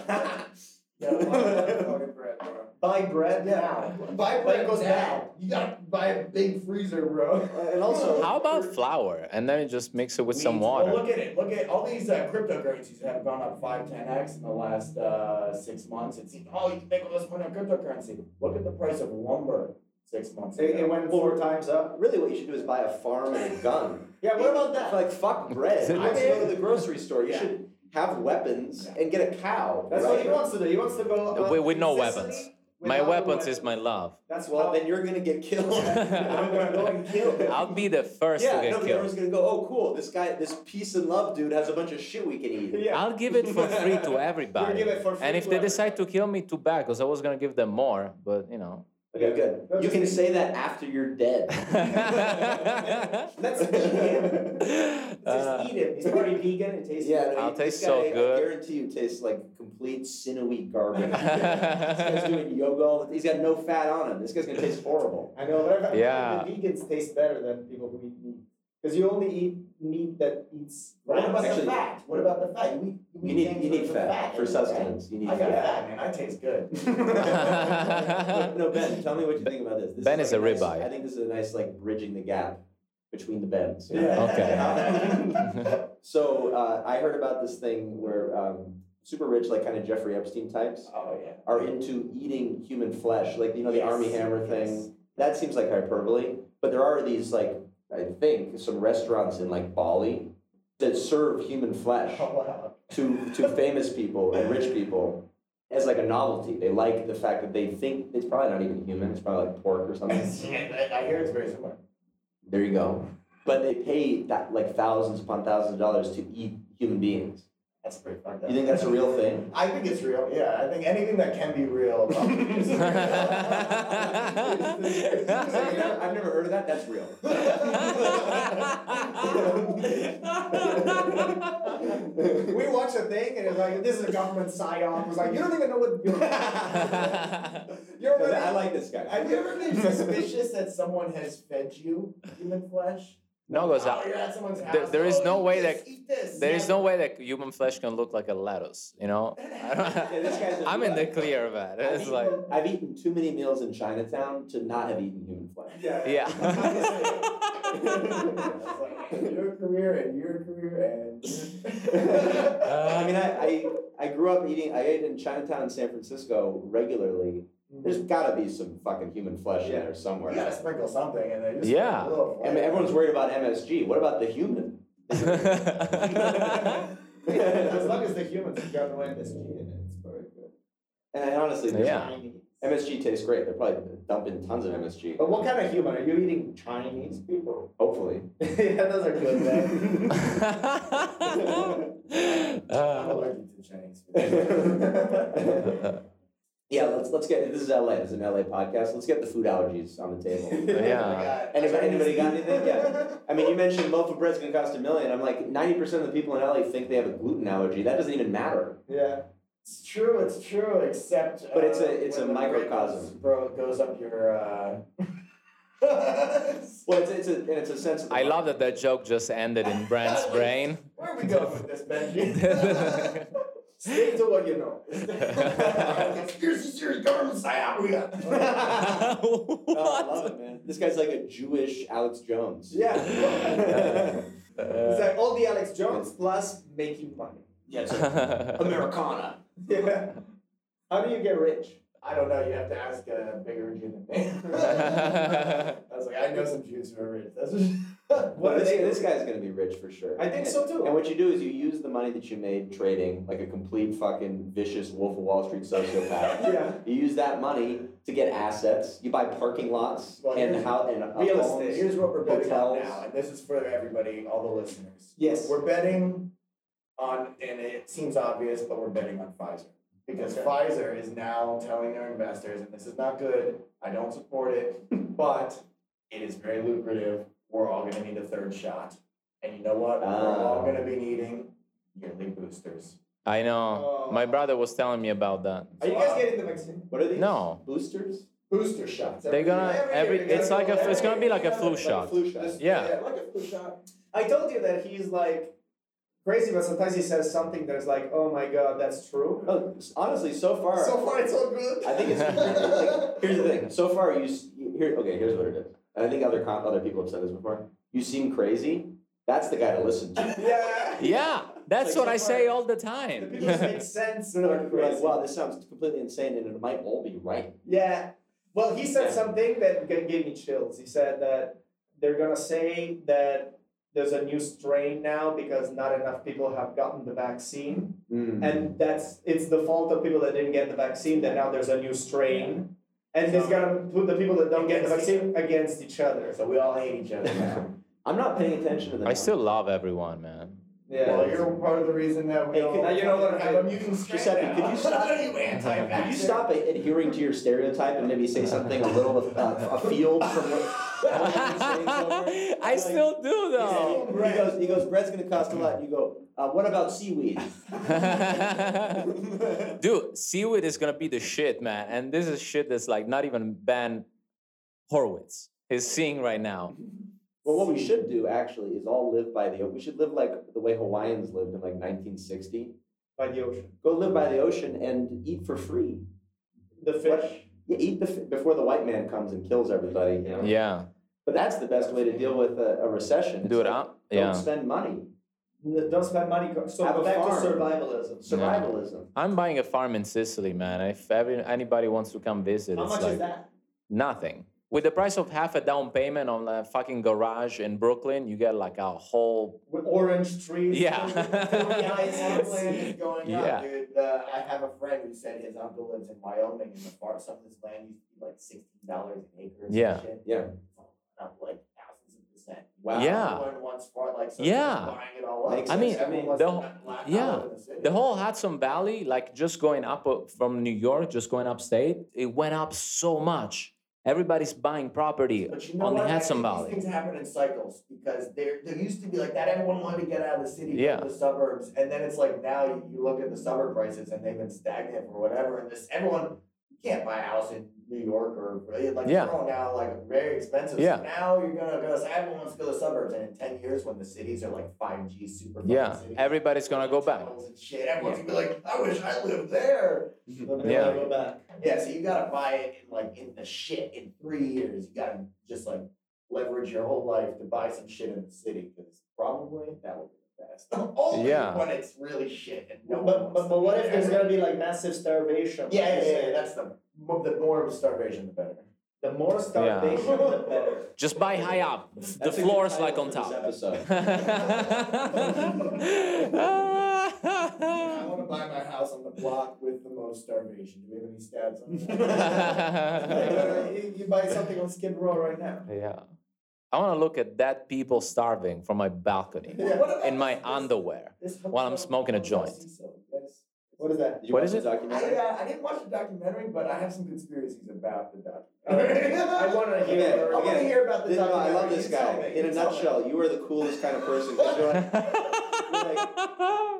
Yeah, buy a fucking bread, bro. buy bread Yeah. now. Buy bread goes now. down. You gotta buy a big freezer, bro. and also- How about flour? And then you just mix it with some Weeds. Well, water. look at it. Look at all these uh, cryptocurrencies that have gone up 5, 10x in the last uh, six months. It seems, oh, you can make all this money on cryptocurrency. Look at the price of lumber six months ago. It, it went four times up. Really, what you should do is buy a farm and a gun. Yeah, what about that? Like fuck bread. Is it- I would go to the grocery store. You Yeah. should have weapons Yeah. and get a cow. That's right? what he wants to do. He wants to go. uh, With, with no consistently weapons. My without a weapons is weapon. my love. That's Well, what. then you're gonna get killed. I'm gonna go and kill. him. I'll be the first yeah, to no, get but killed. everyone's gonna go. Oh, cool! This guy, this peace and love dude, has a bunch of shit we can eat. Yeah. I'll give it for free to everybody. give it for free and if to they everybody. decide to kill me, too bad, because I was gonna give them more, but you know. Okay, good. No, you just can eat. say that after you're dead. Let's eat him. Just Uh, eat him. He's already vegan. It tastes yeah, good. no, I'll you- taste this guy, so good. I guarantee you, tastes like complete sinewy garbage. this guy's doing yoga. all the- He's got no fat on him. This guy's gonna taste horrible. I know, but I Yeah. the vegans taste better than people who eat meat. Because you only eat meat that eats What about Actually- the fat? What about the fat? You, eat- You eat need things you need with the fat for in it, right? sustenance. You need I got fat. fat, man. I taste good. no, no, Ben, tell me what you think about this. this Ben is a like nice- ribeye. I think this is a nice like bridging the gap between the Bens. Okay. so uh, I heard about this thing where um, super rich, like kind of Jeffrey Epstein types, oh yeah. are into eating human flesh, like you know the Yes, army hammer thing. yes. That seems like hyperbole, but there are these like I think some restaurants in like Bali that serve human flesh Oh wow. to to famous people and rich people as like a novelty. They like the fact that they think it's probably not even human. It's probably like pork or something. I I hear it's very similar. There you go. But they pay that like thousands upon thousands of dollars to eat human beings. That's pretty fucked up. You think that's a real thing? I think it's real. Yeah, I think anything that can be real. probably is real. I've never- I've never heard of that. That's real. We we watched a thing and it's like this is a government psyop. It was like you don't even know what you're. you're But already, I like this guy. Have you ever been suspicious that someone has fed you human flesh? no, goes Oh, out. you're at someone's house. There- there is "Oh, no eat way this, that- eat this. There is no way that human flesh can look like a lettuce. You know, I Yeah, this guy's don't, a I'm in the nut. clear of that. It's I've like, eaten- I've eaten too many meals in Chinatown to not have eaten human flesh. Yeah. yeah. It's like, your career and your career and. Uh, I mean, I, I I grew up eating. I ate in Chinatown, in San Francisco, regularly. There's got to be some fucking human flesh in Yeah. there somewhere. you gotta sprinkle something in there. Just Yeah. A little I mean, everyone's worried about MSG. What about the human? as and long as the humans have got no MSG in it, it's very good. I honestly, there's- Yeah. MSG tastes great. They're probably dumping tons of MSG. But what kind of human? Are you eating Chinese people? Hopefully. yeah, those are good, man. I'm Uh, allergic to Chinese food. Yeah, let's let's get this is LA. This is an LA podcast. Let's get the food allergies on the table. Yeah. Anybody- anybody got anything? Yeah. I mean, you mentioned loaf of bread's gonna cost a million. I'm like, ninety percent of the people in LA think they have a gluten allergy. That doesn't even matter. Yeah. It's true, it's true, except. But it's a- uh, it's when a the microcosm. bread goes- Bro, it goes up your. Uh... Well, it's it's a and it's a sense. Of I love that that joke just ended in Brand's brain. Where are we going with this, Benji? Stick to what you know. Conspiracy theory, government psyop, we got. Oh, I love it, man. This guy's like a Jewish Alex Jones. yeah. It's like all the Alex Jones plus making money. Yeah, it's like What? Americana. Yeah. How do you get rich? I don't know. You have to ask a bigger Jew than me. I was like, I know some Jews who are rich. That's what, Well, what are this, they? this guy's gonna be rich for sure. I think so too. And what you do is you use the money that you made trading, like a complete fucking vicious Wolf of Wall Street sociopath. yeah. You use that money to get assets. You buy parking lots Well, and here's- how and uh, Real homes. estate. Here's what we're betting on hotels. now, and this is for everybody, all the listeners. Yes. We're betting on, and it seems obvious, but we're betting on Pfizer. Because Okay. Pfizer is now telling their investors, and this is not good, I don't support it, but it is very lucrative. We're all going to need a third shot. And you know what? We're all Ah. going to be needing yearly boosters. I know. My brother was telling me about that. Are you guys getting the vaccine? What are these? No. Boosters? Booster shots. They're gonna every. It's like a. It's gonna be like a flu shot. Flu shot. Yeah. like a flu shot. I told you that he's like crazy, but sometimes he says something that's like, oh my god, that's true. Oh, s- honestly, so far, So far, it's all good. I think it's like, here's the thing. So far, you s- here. Okay, here's what it is. And I think other com- other people have said this before. You seem crazy. That's the guy to listen to. yeah. Yeah, that's Like what I so far- say all the The time. people just make sense. and they're You're like, crazy. wow, this sounds completely insane, and it might all be right. Yeah. Well, he said Yeah. something that g- gave me chills. He said that they're going to say that there's a new strain now because not enough people have gotten the vaccine. Hmm. And that's it's the fault of people that didn't get the vaccine that now there's a new strain. And he's going to put the people that don't get the vaccine against each other. So we all hate each other now. I'm not paying attention to the I still love everyone, man. Yeah. Well, you're part of the reason that we Hey, all could- now you know what have a happened. mutant strain Giuseppe, now. could you stop- you anti-vaxxer? Could you stop a- adhering to your stereotype and maybe say something a little uh, afield from what? I still do though. He goes, he goes, bread's gonna cost a lot. You go, uh, what about seaweed? Dude, seaweed is gonna be the shit, man. And this is shit that's like not even Ben Horowitz is seeing right now. Well, what we should do actually is all live by the. We should live like the way Hawaiians lived in like 1960. By the ocean. Go live by the ocean and eat for free. The fish. Yeah, eat the f- before the white man comes and kills everybody. you know? Yeah, But that's the best way to deal with a, a recession. It's do it like, up. Don't Yeah, spend money. N- Don't spend money. co- So Have go a back to farm. survivalism. Survivalism. I'm buying a farm in Sicily, man. If every, anybody wants to come visit, How it's much like is that? nothing. With the price of half a down payment on a fucking garage in Brooklyn, you get like a whole. With orange trees. Yeah. Oh, Yeah, it's all land is going Yeah. up, dude. Uh, I have a friend who said his uncle lives in Wyoming, and the far some of his land used to be like sixteen dollars an acre. or some Yeah. shit. Yeah. It's all gone Up like thousands of percent. Wow. Yeah. Everyone wants far like so Yeah. buying it all Makes I sense. mean, Everyone wants the to whole- have black yeah, power in the city. The whole Hudson Valley, like just going up uh, from New York, just going upstate, it went up so much. Everybody's buying property But you know on what? the Hudson I think Valley. These things happen in cycles because there there used to be like that. Everyone wanted to get out of the city, go to Yeah. the suburbs, and then it's like now you, you look at the suburb prices and they've been stagnant for whatever. And this everyone you can't buy a house in New York or like Yeah. they're all now like very expensive. So Yeah. now you're gonna go. So everyone wants to go to the suburbs, and in ten years when the cities are like five G super. fun Yeah, cities, everybody's gonna go back. tunnels and Shit, everyone's gonna be like, I wish I lived there. Yeah. Go back. Yeah, so you gotta buy it in like in the shit in three years. You gotta just like leverage your whole life to buy some shit in the city because probably that will be the best. Only Yeah. when it's really shit and no But, one but, but wants to what be if there's there. gonna be like massive starvation? like Yeah, you yeah, yeah, said? That's the mo- the more of starvation, the better. The more starvation, the better. Just buy high up. The That's a good floor's title like on for this top. episode. I want to buy my house on the block with the most starvation. Do we have any stats on that? yeah. uh, you, you buy something on Skid Row right now. I want to look at that people starving from my balcony Yeah. What about in my this- underwear. this while I'm hotel- smoking a hotel joint. Cecil, yes. What is that? Did you What watch is the it? documentary? I, uh, I didn't watch the documentary, but I have some conspiracies about the documentary. I want to Again, hear. I want to again. hear about the Dude, no, I documentary. love this You tell guy. me, In a you tell me. nutshell, you are the coolest kind of person. 'cause you're like,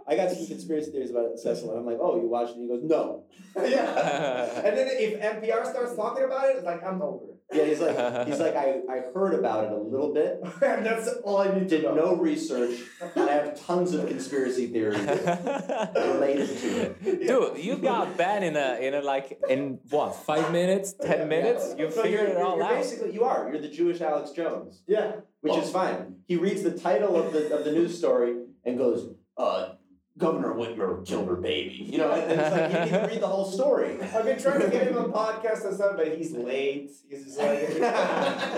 I got some conspiracy theories about Cecil, and I'm like, oh, you watched it? And he goes, no. yeah. And then if NPR starts talking about it, it's like I'm over it. Yeah, he's like, he's like, I, I heard about it a little bit, And That's all I need to did know. no research, and I have tons of conspiracy theories related to it. Dude, you got banned in a in a like in what five minutes, ten minutes? You So figured you're, it you're- all you're out. Oh. Basically, you are. You're the Jewish Alex Jones, Yeah. which is fine. He reads the title of the of the news story and goes, uh, Governor Whitmer killed her baby. You know, and, and it's like you need to read the whole story. I've been trying to get him on podcast and stuff, but he's late. He's just like.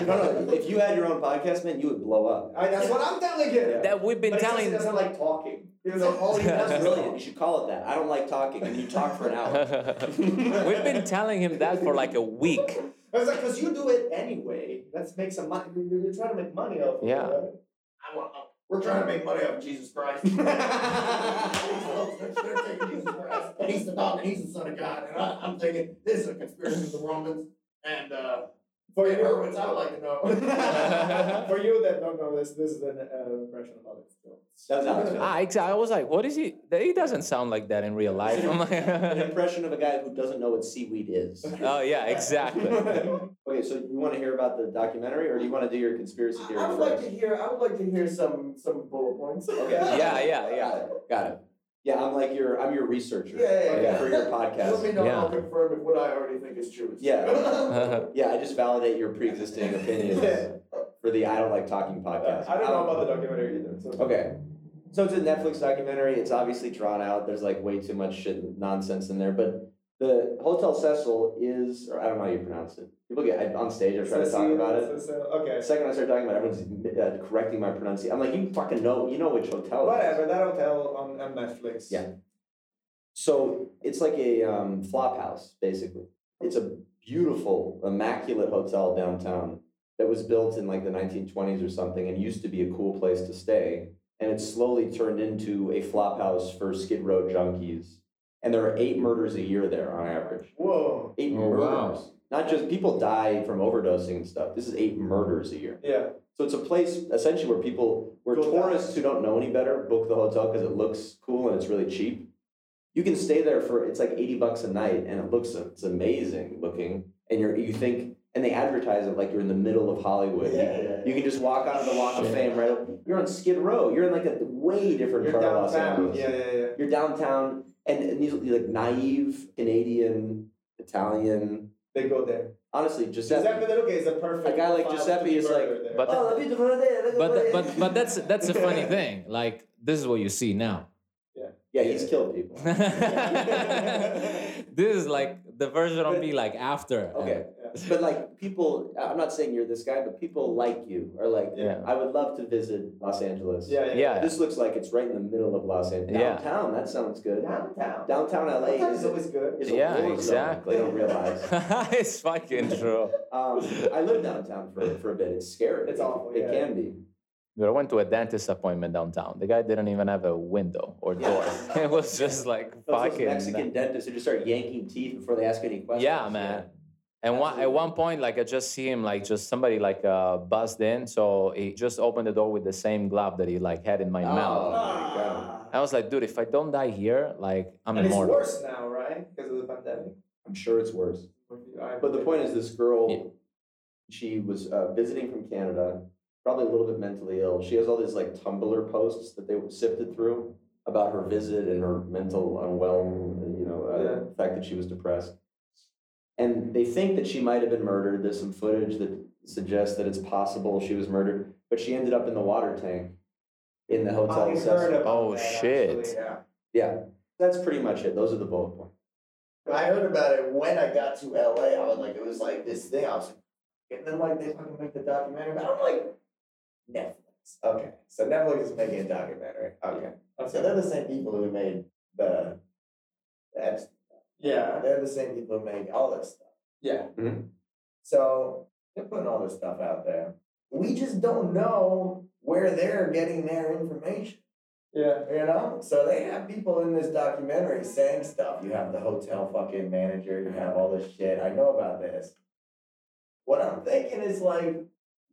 No, no, if you had your own podcast, man, you would blow up. I, that's what I'm telling you. Yeah. That we've been But he says he telling. doesn't like talking. You know, all he does That's is brilliant. You should call it that. I don't like talking, and you talk for an hour. we've been telling him that for like a week. I was like, because you do it anyway. Let's make some money. You're, you're trying to make money off of Yeah. it. right? I want. We're trying to make money off of Jesus Christ. These folks, they're taking Jesus Christ. He's the dog. and He's the son of God. And I, I'm thinking this is a conspiracy of the Romans. And uh, For Wait, you, Hurwitz, I would like to know. for you that don't know this, this is an uh, impression of Alex Jones. That's Alex Jones. Ah, exa- I was like, what is he? He doesn't sound like that in real life. I'm An like, impression of a guy who doesn't know what seaweed is. oh yeah, exactly. Okay, so you want to hear about the documentary, or do you want to do your conspiracy theory? I would first? like to hear. I would like to hear some some bullet points. Okay. Yeah, yeah, yeah. Got it. Got it. Yeah, I'm like your I'm your researcher. Yeah, yeah, okay, yeah. For your Let me podcast. know. Yeah. I'll confirm if what I already think is true is Yeah. true. Yeah, I just validate your pre-existing opinions for the I don't like talking podcast. Uh, I don't know about the documentary either. So. Okay. So it's a Netflix documentary. It's obviously drawn out. There's like way too much shit and nonsense in there. But the Hotel Cecil is, or I don't know how you pronounce it. People get I- on stage or try to talk about it. So, so, okay. The second I start talking about it, everyone's uh, correcting my pronunciation. I'm like, you fucking know, you know which hotel. it is. Whatever, that hotel on, on Netflix. Yeah. So it's like a um, flop house, basically. It's a beautiful, immaculate hotel downtown that was built in like the 1920s or something and used to be a cool place to stay. And it's slowly turned into a flop house for Skid Row junkies. And there are eight murders a year there on average. Whoa. Eight Oh, wow. murders. Not just people die from overdosing and stuff. This is eight murders a year. Yeah. So it's a place essentially where people, where Go tourists who don't know any better book the hotel because it looks cool and it's really cheap. You can stay there for it's like eighty bucks a night, and it looks it's amazing looking. And you're you think and they advertise it like you're in the middle of Hollywood. Yeah, yeah. You can just walk onto the Walk of Shit. Fame, right? You're on Skid Row. You're in like a way different You're part of Los downtown. Angeles. Yeah, yeah, yeah. You're downtown, and, and these like naive Canadian, Italian. They go there. Honestly, Giuseppe. Giuseppe De Luca is a perfect. A guy like file to Giuseppe be is like- murdered there. But Oh, la vita con te, la But con te. th- but but that's that's a funny thing. Like this is what you see now. yeah, he's killed people. this is like the version of me like after. Okay. But like people, I'm not saying you're this guy, but people like you are like, Yeah. I would love to visit Los Angeles. yeah, yeah. Yeah. This looks like it's right in the middle of Los Angeles. Yeah. Downtown, that sounds good. Downtown. Downtown LA Sometimes is it's always good. is a Yeah, war zone. exactly. They don't realize. it's fucking true. Um, I lived downtown for, for a bit. It's scary. It's awful, It yeah. can be. Dude, I went to a dentist appointment downtown. The guy didn't even have a window or door. it was just like Those, those fucking. Mexican dentists who just start yanking teeth before they ask any questions. Yeah, man. And one, at Absolutely. one point, like I just see him, like just somebody like uh, buzzed in, so he just opened the door with the same glove that he like had in my Oh. Oh, mouth. Ah. I was like, dude, if I don't die here, like I'm and it's immortal. worse now, right? Because of the pandemic. I'm sure it's worse. But the point is, this girl, Yeah. she was uh, visiting from Canada, probably a little bit mentally ill. She has all these like Tumblr posts that they sifted through about her visit and her mental unwell, you know, uh, Yeah. fact that she was depressed. And they think that she might have been murdered. There's some footage that suggests that it's possible she was murdered, but she ended up in the water tank in the hotel. I Cecil. heard about Oh, that, shit. actually, yeah. Yeah, that's pretty much it. Those are the bullet points. I heard about it when I got to LA. I was like, it was like this thing. I was like, and then like they fucking make the documentary. But I'm like, Netflix. Okay, so Netflix is making a documentary. Okay, so they're the same people who made the. That's Yeah. they're the same people who make all this stuff. Yeah. Mhm. So they're putting all this stuff out there. We just don't know where they're getting their information. Yeah. You know? So they have people in this documentary saying stuff. You have the hotel fucking manager, you have all this shit. I know about this. What I'm thinking is like,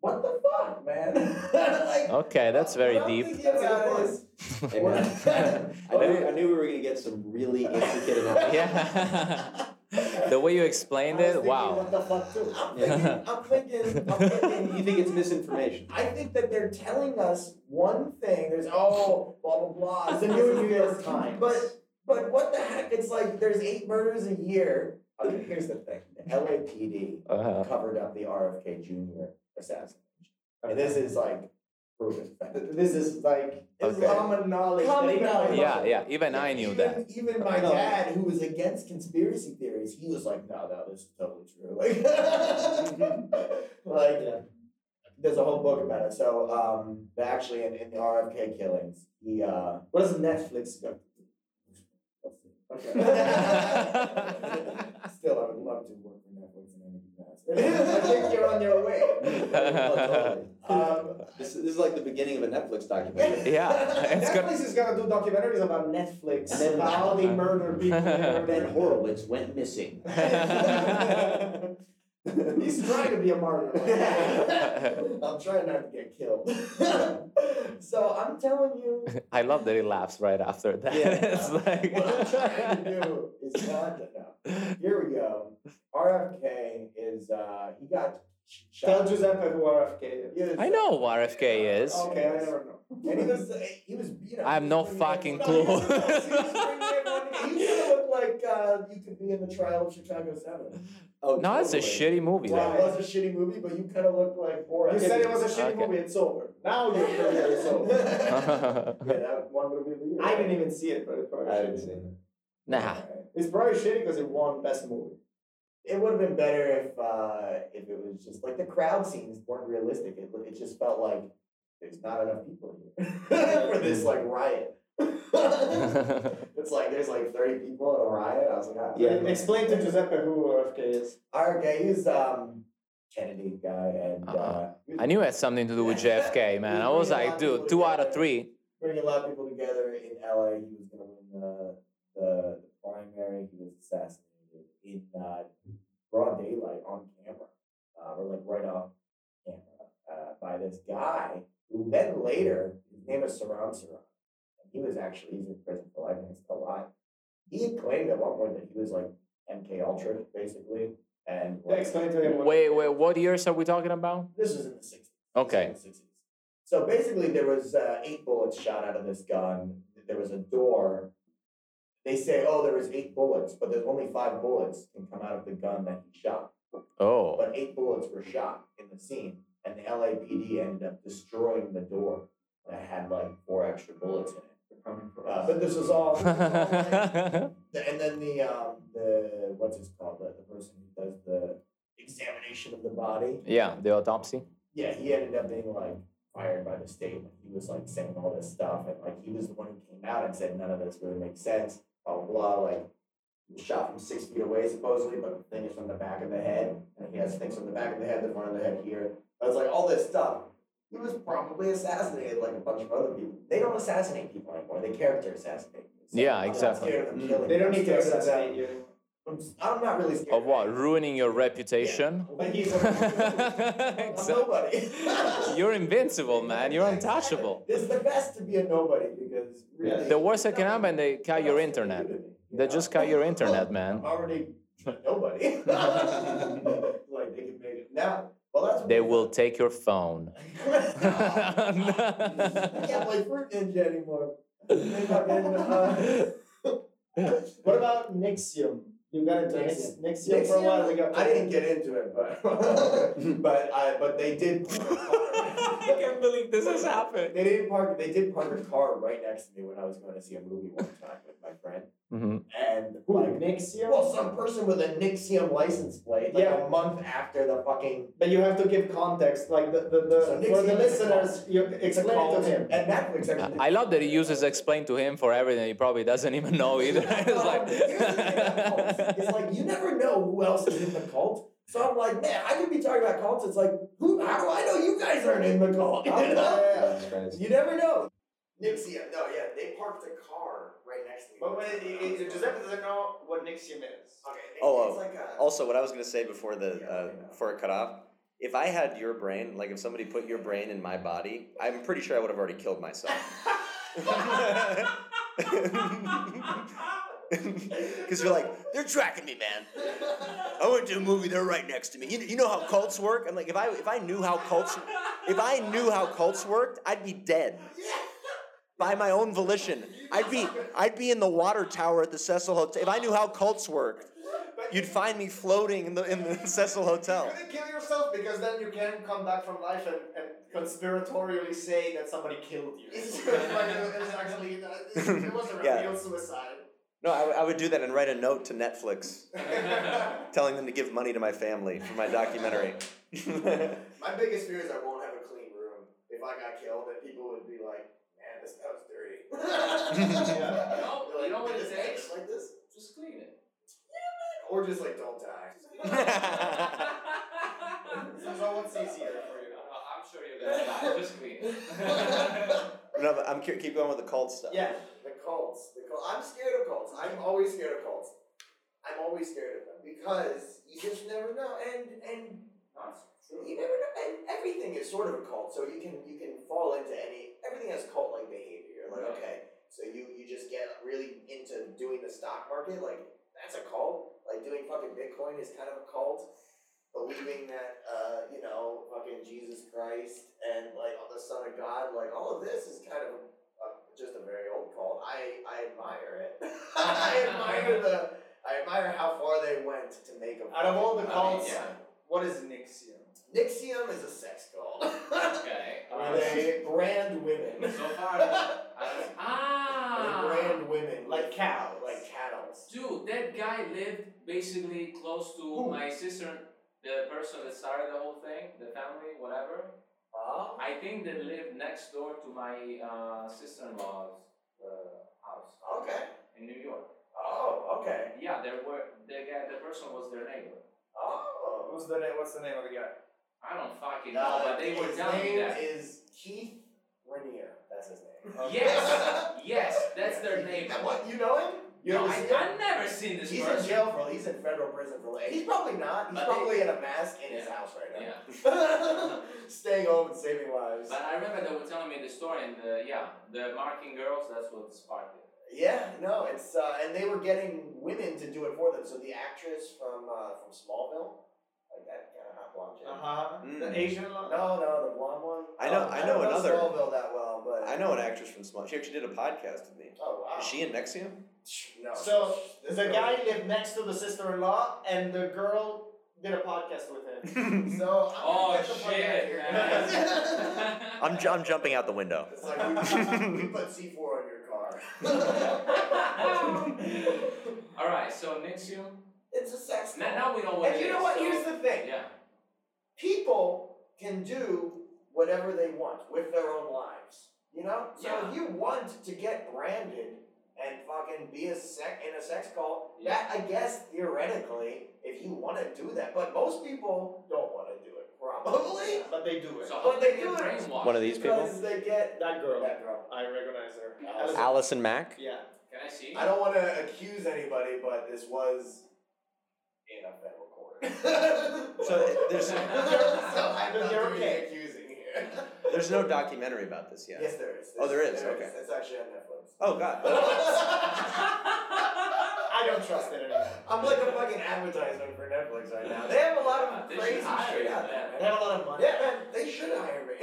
what the fuck, man? like, Okay, that's very what I'm deep. thinking about is- Hey, what- man. I knew, I knew we were going to get some really intricate analysis. Yeah. I the way you was explained it, thinking, What wow. the fuck, too? I'm Yeah. thinking, I'm thinking, I'm thinking, You think it's misinformation? I think that they're telling us one thing. There's oh blah blah blah. It's the this new is New this. York Times. But but what the heck? It's like there's eight murders a year. Okay, here's the thing. The LAPD Uh-huh. Uh, covered up the RFK Jr. assassination. And this is like proven fact. This is like Okay. It's common knowledge. that Common even knowledge. my yeah, mother- yeah. Even I knew even, that. Even my No. dad, who was against conspiracy theories, he was like, "No, no, this is totally true." Like, like Yeah. there's a whole book about it. So, um, actually, in, in the RFK killings, he uh, what does Netflix go? Okay. Still, I would love to work for Netflix in any capacity. I think you're on your way. Um, this, this is like the beginning of a Netflix documentary. Yeah, it's got- Netflix is gonna do documentaries about Netflix And then- about how they murder people. they Ben murder- Horowitz went missing. He's trying to be a martyr. I'm trying not to get killed. so I'm telling you, I love that he laughs right after that. Yeah. it's like. what I'm trying to do is not enough. Here we go. RFK is uh, he got sh- Tell shot. Giuseppe who RFK is. He was- I know who RFK is. Okay, I never know. And he was, uh, he was, you know. I have no fucking clue. He was, he was bringing everyone- he used to look like uh, you could be in the trial of Chicago Seven. Oh, No, it's a totally. shitty movie. Well, though. it was a shitty movie, but you kind of looked like Borat. You said it was a shitty Okay. movie. It's over. Now your career is over. yeah, that one movie of the year. I didn't even see it, but it probably I should didn't be. see it. nah. It's probably shitty because it won best movie. It would have been better if uh, if it was just like the crowd scenes weren't realistic. It it just felt like there's not enough people here for this like riot. it's like there's like 30 people in a riot. I was like, ah, Yeah. Explain to Giuseppe who RFK is. RFK, he's um Kennedy guy, and uh, Uh-uh. I knew it had something to do with JFK, man. I was like, dude, two out of three. bringing a lot of people together in LA. He was gonna win the the primary. He was assassinated in uh, broad daylight on camera, uh, or like right off camera, uh, by this guy who then later his name is Saran Saran, and he was actually he's in prison for life and he's still alive. He had claimed at one point that he was like MK Ultra basically, and Yeah, like, explain to him. What Wait, wait, what years are we talking about? this was in the sixties. Okay. So basically, there was uh, eight bullets shot out of this gun. There was a door. They say, oh, there was eight bullets, but there's only five bullets can come out of the gun that he shot. Oh. But eight bullets were shot in the scene, and the LAPD ended up destroying the door that had like four extra bullets in it. Uh, but this was all. The- and then the um the what's it called the, the person who does the examination of the body yeah, the autopsy. yeah, he ended up being like fired by the state. He was like saying all this stuff, and like he was the one who came out and said none of this really makes sense. Blah blah. blah. Like he was shot from six feet away supposedly, but the thing is from the back of the head, and he has things from the back of the head, the front of the head here. I was like all this stuff. He was probably assassinated like a bunch of other people. They don't assassinate people anymore. They character assassinate. So Yeah, I'm not exactly. scared of them Mm. killing They don't me. need to I'm scared of assassinate them. you. I'm s- I'm not really scared Of what? Ruining your reputation? But he's a I'm Exactly. nobody. Oh, You're invincible, man. You're untouchable. It's the best to be a nobody because really. The worst that can happen, they cut your internet. They just cut your internet, man. I'm already a nobody. like they can make it now. Well, that's what They we- will take your phone. I can't play Fruit Ninja anymore. They fucking, uh, What about Nixium? You got into Nix- Nixium. Nixium for a while. We got I didn't get into it, but but I but they did. I can't believe this has happened. They didn't park. They did park a car right next to me when I was going to see a movie one time with my friend, Mhm. and Who, like, Nixium? well, some person with a Nixium license plate, like Yeah. a month after the fucking But you have to give context, like the the, the So for the Nixium is a listeners, you It's a explain it to him. And Netflix actually. I love that he uses explain to him for everything. He probably doesn't even know either. It's it's like. like you never know who else is in the cult. So I'm like, man, I could be talking about cults. It's like, who? How do I know you guys aren't in the cult? You, know? That's crazy. You never know. Nixium, no, yeah, they parked a car right next to me. doesn't know what Nixium is. Okay, Oh, it's like a. Also, what I was gonna say before the Yeah, uh, I know. before it cut off, if I had your brain, like if somebody put your brain in my body, I'm pretty sure I would have already killed myself. Because you're like, they're tracking me, man. I went to a movie. They're right next to me. You, you know how cults work. I'm like, if I if I knew how cults if I knew how cults worked, I'd be dead by my own volition. I'd be I'd be in the water tower at the Cecil Hotel. If I knew how cults worked, you'd find me floating in the in the Cecil Hotel. couldn't kill yourself because then you can come back from life and, and conspiratorially say that somebody killed you. It's like it was actually uh, it wasn't a Yeah. real suicide. No, I, would- I would do that and write a note to Netflix telling them to give money to my family for my documentary. My biggest fear is I won't have a clean room. If I got killed, then people would be like, man, this house dirty. Yeah. They're like, "Did it age like this? Just clean it. Or just like, don't die. I'm so what's easier for you? sure you're gonna die. Just clean it. no, but I'm cur- keep going with the cult stuff. Yeah, the cults. The cult. I'm scared of cults. I'm always scared of cults. I'm always scared of them because you just never know, and and you never know. And everything is sort of a cult, so you can you can fall into any. Everything has cult like behavior. You're like, okay, so you you just get really into doing the stock market. Like that's a cult. Like doing fucking Bitcoin is kind of a cult. Believing that uh, you know fucking Jesus Christ and like the Son of God, like all of this is kind of uh, just a very old cult. I, I admire it. I admire the. I admire how far they went to make a. Out of all the I mean, cults, yeah. what is Nixium? Nixium is a sex cult. Okay. Uh, Where they brand women. So far, they Ah! brand women like cow, like cattle. Dude, that guy lived basically close to Who? my sister, the person that started the whole thing, the family, whatever. Oh. I think they lived next door to my uh, sister-in-law's uh, house Okay. in New York. Oh. Okay. Yeah, there were the guy, the person was their neighbor. Oh. What's the name? What's the name of the guy? I don't fucking know, but they were his down name there. is Keith Rainier. That's his name. Yes, yes, that's their neighbor. That What you know him? You No, ever I, seen him? I've never seen this He's in person. jail for. He's in federal prison for life. He's probably not. He's But they- probably in a mask in his Yeah. house right Yeah, now, staying home and saving lives. but I remember they were telling me the story, and the, yeah, the marking girls. That's what sparked it. Yeah, no, it's uh, and they were getting women to do it for them. So the actress from uh, from Smallville, like that kind of hot blonde chick. huh. Mm. The Asian one. No, no, the blonde one. I know- Oh, I I know don't another- Know Smallville that well, but I know an actress from Small. She actually did a podcast with me. Oh wow. Is she in Nexium? no. So this the girl- guy lived next to the sister-in-law, and the girl did a podcast with him. So I'm gonna Oh, get the fuck out of shit, here, guys. man. I'm, ju- I'm jumping out the window. It's like we, we put C four on your car. All right, so Nixium. it's a sex. Now, doll. now we know what. it And you know is, what? so- Here's the thing. Yeah. people can do whatever they want with their own lives. You know? So Yeah. if you want to get branded and fucking be a sec in a sex call, Yeah. that I guess theoretically, if you want to do that, but most people don't want to do it for Probably. But they do it. So But how they did they do it. get brainwashed? One of these people? Because they get. That girl. That girl. I recognize her. Allison. Allison Mack? Yeah. Can I see? I don't want to accuse anybody, but this was in a federal court. So there's- so I'm not You're doing the okay. accusing here. There's no documentary about this yet. Yes, there is. Oh, there is, There okay. It's actually on Netflix. Oh, God. I don't trust it anymore. I'm like a fucking advertisement for Netflix right now. They have a lot of They should crazy hire shit you, out there. man. They have a lot of money. Yeah, man, they should hire me.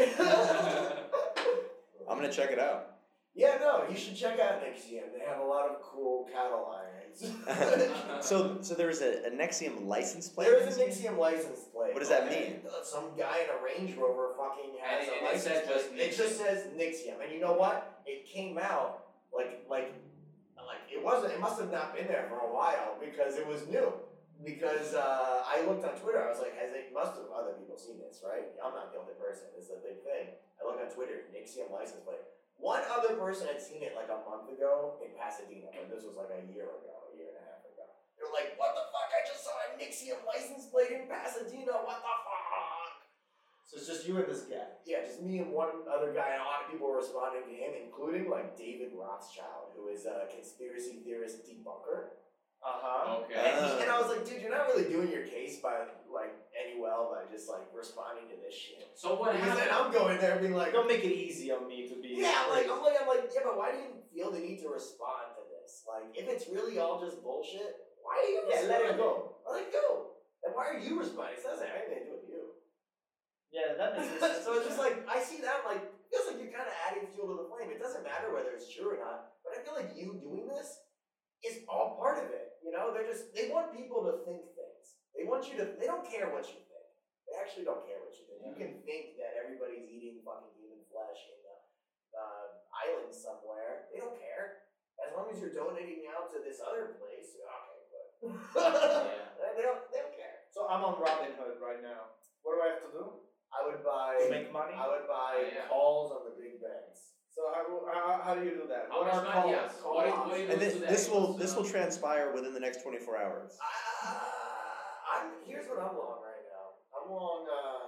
I'm going to check it out. yeah, no, you should check out Nexium. They have a lot of cool cattle irons. So so there was a, a Nexium license plate? There is a Nixium license plate. What does that mean? Uh, Some guy in a Range Rover fucking has And it- a and it license said plate. just it just says Nixium, and you know what? It came out like like like it wasn't. It must have not been there for a while because it was new. Because uh, I looked on Twitter, I was like, "Has it? Must have other people seen this, right? I'm not the only person. It's a big thing." I looked on Twitter, Nixium license plate. One other person had seen it like a month ago in Pasadena, but this was like a year ago, a year and a half ago. They were like, what the fuck? I just saw a Nixium license plate in Pasadena. What the fuck? So it's just you and this guy. Yeah, just me and one other guy, and a lot of people were responding to him, including like David Rothschild, who is a conspiracy theorist debunker. Uh huh. Uh-huh. okay. And, he- and I was like, dude, you're not really doing your case by like any well by just like responding to this shit. So what Because then happened? I'm going there and being like, Don't make it easy on me to be. yeah, oh. I'm like I'm like I'm like, yeah, but why do you feel the need to respond to this? Like, if it's really all just bullshit, why do you Yeah, respond? let it go. Let it go. And why are you responding? It doesn't have anything to do with you. Yeah, that makes sense. so it's just like I see that like it feels like you're kind of adding fuel to the flame. It doesn't matter whether it's true or not, but I feel like you doing this is all part of it. You know, they're just they want people to think things. They want you to. They don't care what you think. They actually don't care what you think. You can think that everybody's eating fucking human flesh in the uh, island somewhere. They don't care. As long as you're donating out to this other place, okay, but they don't. They don't care. So I'm on Robinhood right now. What do I have to do? I would To buy. make money? I would buy Oh, yeah. calls on the big banks. So how, how, how do you do that? How What are much calls? money? Yes. Call What is- options? what is- And this, this will this will Uh, transpire within the next 24 hours. Uh, I'm here's what I'm long right now. I'm long. Uh,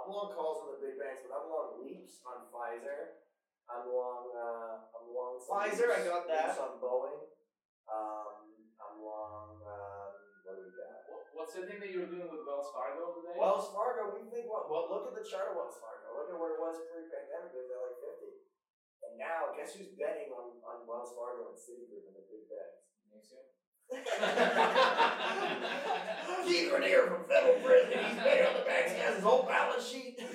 I'm long calls on the big banks, but I'm long leaps on Pfizer. I'm long. Uh, I'm long. some Pfizer, I leaps- got that. leaps on Boeing. Um, I'm long. Um, what do we got? What- What's the thing that you're doing with Wells Fargo today? Wells Fargo, we think what? Well, look at the chart of Wells Fargo. Look at where it was pre-pandemic. It was at like fifty, and now guess who's betting on, on Wells Fargo and Citigroup and the big bets? Keith Grenier from federal prison. He's paid on the banks. He has his whole balance sheet.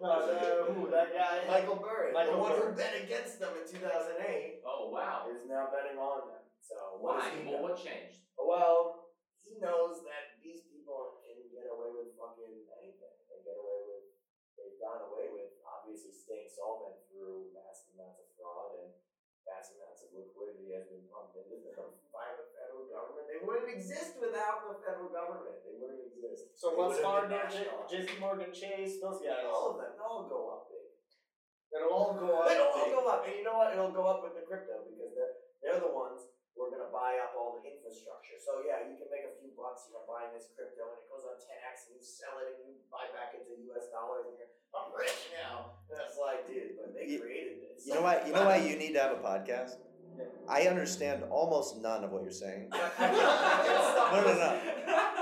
No, uh, who, that guy? Michael Burry, Michael the one Burry. who bet against them in 2008, oh wow. is now betting on them. So what Why? does he Well, know? what changed? Well, he knows that these people can get away with fucking anything. They get away with, they've gone away with obviously staying solvent through massive amounts of fraud and massive amounts of liquidity has been pumped into them by the federal government. They wouldn't exist without the federal government. They wouldn't exist. So They Wells would've Fargo, J- been nationalized. JP Morgan Chase, those guys. All of them, they all go up big. It'll all go up. It'll all go up, and you know what? It'll go up with the crypto because they're they're the ones who are gonna buy up all the infrastructure. So yeah, you can make a few bucks. You're buying this crypto, and it goes up ten x, and you sell it, and you buy back into U.S. dollars, and you're I'm rich now. And it's like, dude, but they You- created this. You know why you know why you need to have a podcast? I understand almost none of what you're saying, No, no,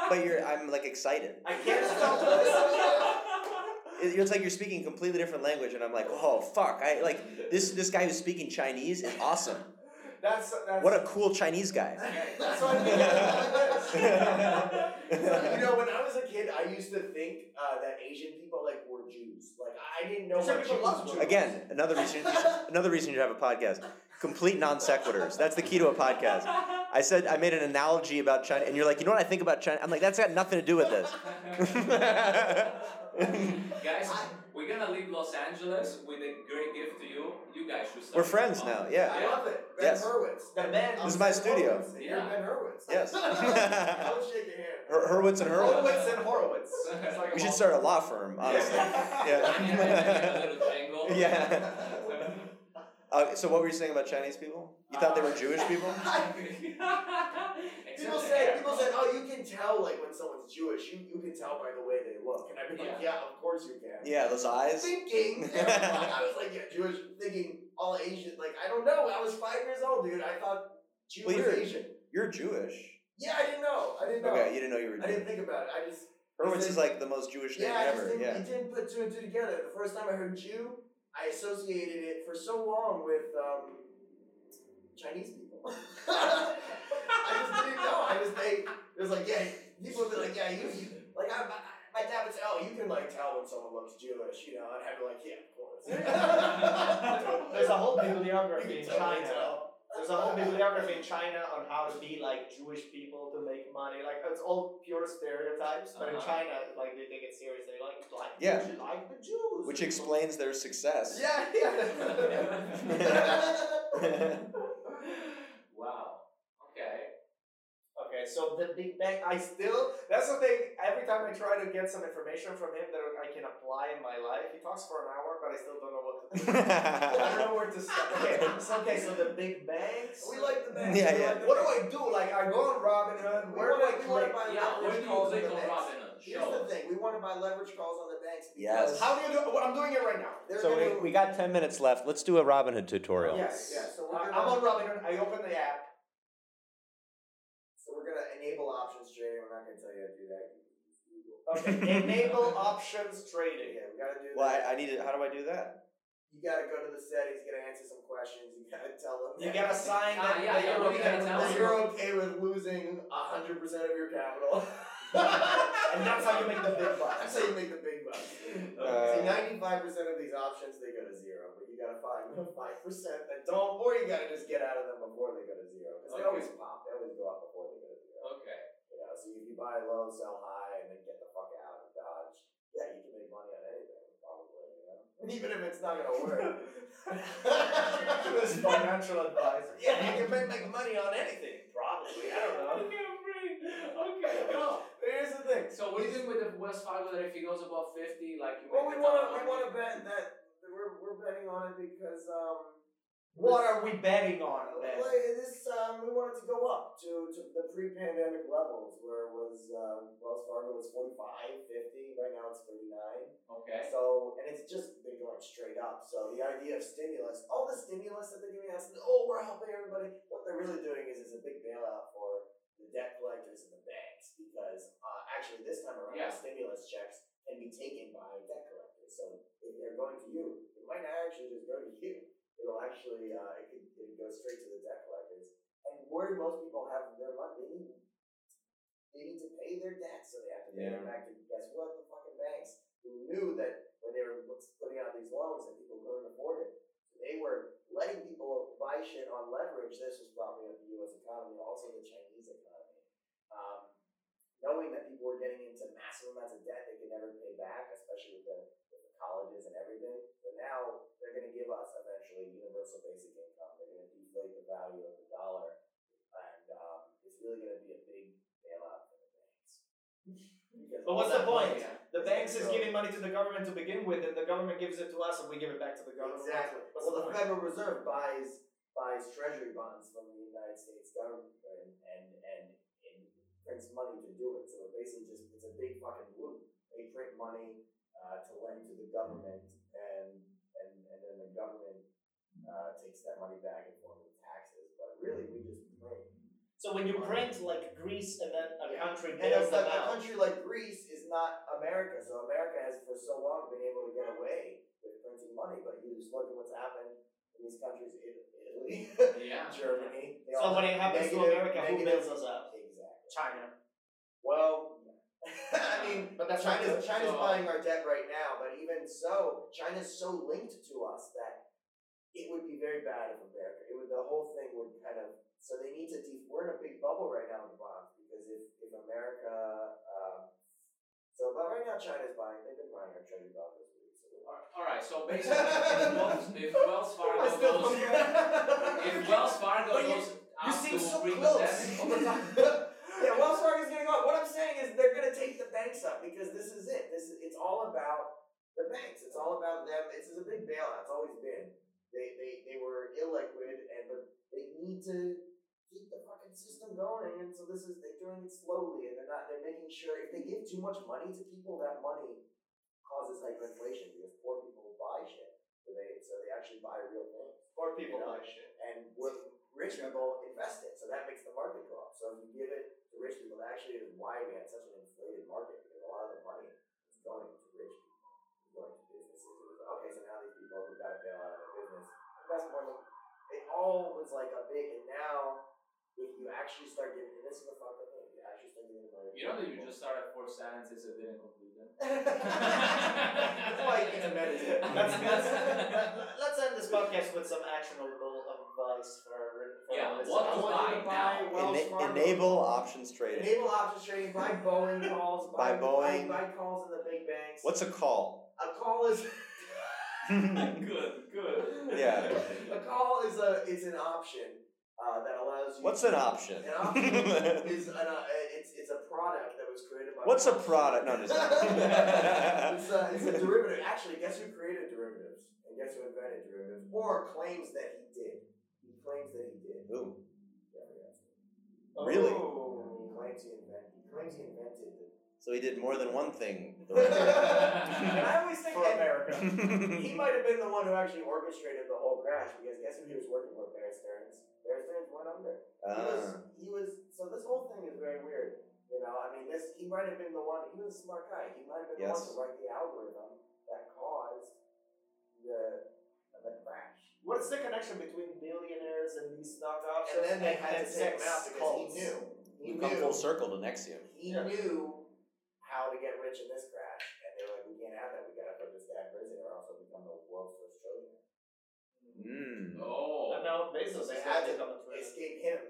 but you're I'm like excited. I can't stop listening. It- It's like you're speaking completely different language, and I'm like, oh fuck! I like this this guy who's speaking Chinese is awesome. That's, that's What a cool Chinese guy. That's what I mean. So, you know, when I was a kid, I used to think uh, that Asian people like were Jews. Like I didn't know Some what people Jews love were. Jews. Again, another reason another reason you have a podcast. Complete non sequiturs. That's the key to a podcast. I said I made an analogy about China, and you're like, you know what I think about China? I'm like, that's got nothing to do with this. guys, we're gonna leave Los Angeles with a great gift to you. You guys should. Start We're friends now. I Yeah. love it. Ben Yes. Hurwitz. The man- This is my studio. Yeah. You're Yeah. Ben Hurwitz. Yes. I'll shake your hand. Her- Hurwitz and Hurwitz. Horowitz and Horowitz. It's like We a should mall. start a law firm, honestly. Yeah. yeah. Uh, so what were you saying about Chinese people? You thought they were Jewish people? Except people say people say, oh, you can tell like when someone's Jewish. You you can tell by the way they look. And I've been like, yeah, of course you can. Yeah, those eyes. Thinking, you know, like, I was like, yeah, Jewish. Thinking all Asian. Like I don't know. I was five years old, dude. I thought Jew Well, was you're- Asian. You're Jewish. Yeah, I didn't know. I didn't know. Okay, you didn't know you were I didn't Jewish. think about it. I just Erwin's Is is it- like the most Jewish name yeah, I just ever. didn't, Yeah. I didn't put two and two together. The first time I heard Jew, I associated it for so long with um, Chinese people. I just didn't know. I just they it was like yeah, people would be like yeah, you, you like I, I, my dad would say oh you can like tell when someone looks Jewish, you know, and I'd be like yeah, of course. There's a whole bibliography You in can totally China. tell. There's a whole bibliography in China on how to be like Jewish people to make money. Like it's all pure stereotypes, but in Uh-huh. China, like they take it serious. They like like Yeah. you should like the Jews. Which explains their success. Yeah, yeah. wow. Okay. Okay, so the Big Bang, I still, that's the thing, every time I try to get some information from him that I can apply in my life, he talks for an hour, but I still don't know what to do. I don't know where to start. Okay, so, okay, so the Big Bang. so- we like the Yeah, man. We yeah. like the man. What do I do? Like, I go on Robin We Hood, where wanna- do I we wanna click? buy Yeah, where leverage do you calls on click the on banks. Robinhood? Here's Show. the thing: we want to buy leverage calls on the banks. Yes. because- How do you do Well, I'm doing it right now. They're So gonna- we, we got 10 minutes left. Let's do a Robin Hood tutorial. Yes. Yeah, so we're I- gonna, I'm on Robin Hood, I open the app. so we're gonna enable options trading. We're not gonna tell you how to do that. Okay, enable options trading. Yeah, we gotta do Well, that. I, I need to, how do I do that? you gotta go to the settings. You gotta answer some questions. You gotta tell them. You gotta sign Ah, that, yeah, that yeah, you're we okay with gotta tell this. That you're okay with losing hundred percent of your capital. and And that's how you make the big bucks. That's how you make the big bucks. Uh, See, ninety-five percent of these options they go to zero, but you gotta find the five percent that don't, or you gotta just get out of them before they go to zero. Because they Okay. always pop. They always go up before they go to zero. Okay. You know, so if you buy low, sell high, and then get the fuck out and dodge, yeah, you can make money on anything, probably, you know? Even if it's not gonna work. This financial advisor. yeah, you can make, make money on anything, probably. I don't know. Okay, I'm free. Okay, go. But here's the thing. So what do you think with the West Fargo that if he goes above fifty, like you? Well, we make the wanna, top we one? wanna bet that, we're, we're betting on it because, um, What are we betting on then? Well, it is, um, we wanted to go up to, to the pre-pandemic levels where it was um, Wells Fargo was 45, 50. Right now it's 39. Okay. So, and it's just been going straight up. So the idea of stimulus, all the stimulus that they're giving us, oh, we're helping everybody. What they're really doing is, is a big bailout for the debt collectors and the banks because uh, actually this time around, Yeah. the stimulus checks can be taken by debt collectors. So if they're going to you, it might not actually just go to you. It'll actually, uh, it could it could go straight to the debt collectors. And where do most people have their money, they need, they need to pay their debt, so they have to pay it back. And guess what? The fucking banks who knew that when they were putting out these loans that people couldn't afford it. They were letting people buy shit on leverage. This was probably of the U.S. economy, also the Chinese economy. Um, knowing that people were getting into massive amounts of debt they could never pay back, especially with the, with the colleges and everything. But now they're going to give us eventually universal basic income. They're going to deflate the value of the dollar, and um, it's really going to be a big bailout for the banks. Because But what's the all that money- point? The banks is So- giving money to the government to begin with, and the government gives it to us, and we give it back to the government. Exactly. What's well, the the point? Federal Reserve buys buys Treasury bonds from the United States government and and and, and prints money to do it. So it basically just it's a big fucking loop. They print money uh, to lend to the government, and and and then the government uh, takes that money back in form of taxes. But really, we just print So when you print like Greece and then a Yeah. country and bails it's like them a out, country like Greece is not America. So America has for so long been able to get away with printing money, but you just look at what's happened in these countries, It- Italy, Yeah. Germany. They so all when have it happens to negative- America, who negative- bails us out? Exactly. China. Well, I mean, But that's not China's, good, China's so- buying our debt right now, but even so, China's so linked to us that it would be very bad if America. It would the whole thing would kind of so they need to. De- we're in a big bubble right now in bonds because if if America, um, so but right now China's buying. They've been buying our treasury bonds this week. So we're All right. So basically, if Wells, if Wells I Fargo still goes, if Wells Fargo But you- goes You up seem to so pre- close. pandemic- yeah, Wells Fargo's gonna go up. What I'm saying is they're gonna take the banks up because this is it. This is, it's all about the banks. It's all about them. This is a big bailout. It's always been. They they, they were illiquid and but they need to keep the fucking system going. And so this is they're doing it slowly, and they're not they're making sure if they give too much money to people, that money causes hyperinflation because poor people buy shit. So they so they actually buy real things, Poor people Yeah. buy shit. and we're- rich people invest it, so that makes the market go up. So if you give it to rich people, that actually is why we had such an inflated market because a lot of the money is going to rich people, it's going to businesses. It was okay, so now these people who got to bail out of their business invest more money it all was like a big, and now if you actually start giving, and this is the fucked up thing, if you actually start giving money. You know that you just started four sentences and didn't complete them. that's why you need to meditate. That's, that's, let, us end this podcast with some actionable advice for our. For Yeah, our what listeners. I want you do I to buy now? Wells Ena- Fargo. enable options trading. Enable options trading, buy Boeing calls, Buy buy, Boeing. buy, buy calls in the big banks. What's a call? A call is good, good. Yeah. a call is a is an option uh, that allows you. What's an option? An option is an, uh, it's it's a product that was created by. What's a product? No, I'm just it's, a, it's a derivative. Actually, guess who created derivatives? And guess who invented derivatives? Or claims that he did. He claims that he did. Ooh. Yeah, yeah. Really? Oh. He claims he invented. He claims he invented. it. So he did more than one thing. And I always think For that America. he might have been the one who actually orchestrated the whole crash because guess who he was working with? Bear Stearns. Bear Stearns went under. He was, Ah. he was, so this whole thing is very weird. You know, I mean, this, he might have been the one, he was a smart guy. He might have been Yes. the one to write the algorithm that caused the, the crash. What's the connection between billionaires and these stock options? And then they had to take sex him out because cults. he knew. He We've come knew, full circle to Nexium. he Yeah. knew how to get rich in this crash. And they were like, we can't have that. We got to put this guy in prison or else he'll become the world's first trillionaire. Mm. And Oh. now Bezos They is had acting to on the throne. escape him,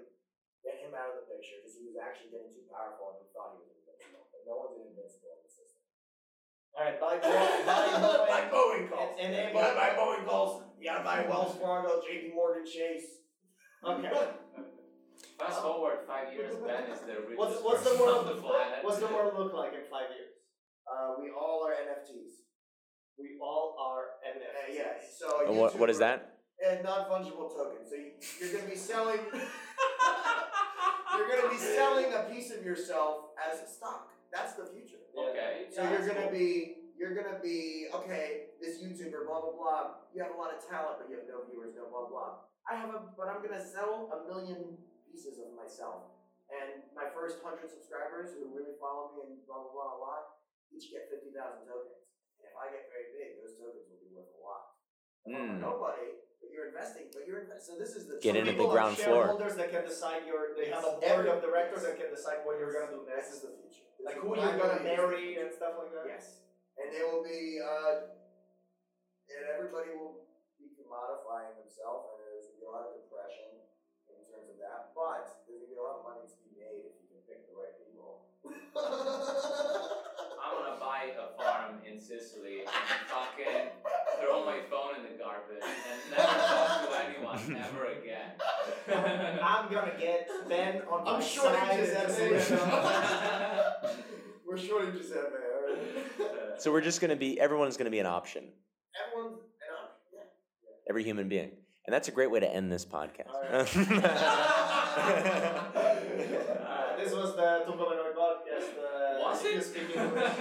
get him out of the picture because he was actually getting too powerful and he thought he was invincible. But no one's invincible in the system. All right, buy Boeing. Buy Boeing. Boeing And- and they You buy- gotta buy Boeing calls. You gotta buy Wells Fargo, JP Morgan Chase. Okay. Fast forward five years, Ben is the richest What's, what's the person world? on the planet. What's the world look like in five years? Uh, we all are NFTs. We all are Uh, NFTs. yeah, so. And what, what is that? And non fungible tokens. So you, you're gonna be selling. you're gonna be selling a piece of yourself as stock. That's the future. Okay. So yeah, you're that's gonna cool. be you're gonna be okay. This YouTuber, blah blah blah. You have a lot of talent, but you have no viewers, no blah blah. I have a, but I'm gonna sell a million pieces of myself, and my first hundred subscribers who really follow me and blah blah blah a lot each get fifty thousand tokens. And if I get very big, those tokens will be worth a lot. If I'm Mm. Hmm. Nobody, but you're investing. But you're investing. So this is the Get so into the people are ground floor. Shareholders that can decide your. They have a board Every- of directors that can decide what you're gonna do This next. is the future. This Like is who what you're I gonna believe. marry and stuff like that. Yes. And they will be, uh, and everybody will be commodifying themself, and there's going to be a lot of depression in terms of that. But there's going to be a lot of money to be made if you can pick the right people. I'm gonna buy a farm in Sicily and fucking throw my phone in the garbage and never talk to anyone ever again. I'm gonna get Ben on my I'm sure side. in you just this election. We're shorting Giuseppe, alright? So we're just going to be, everyone's going to be an option, Everyone's an option, yeah. every human being. And that's a great way to end this podcast. All Uh, this was the Tumblemanoid podcast. Uh, Was if it? You speak English,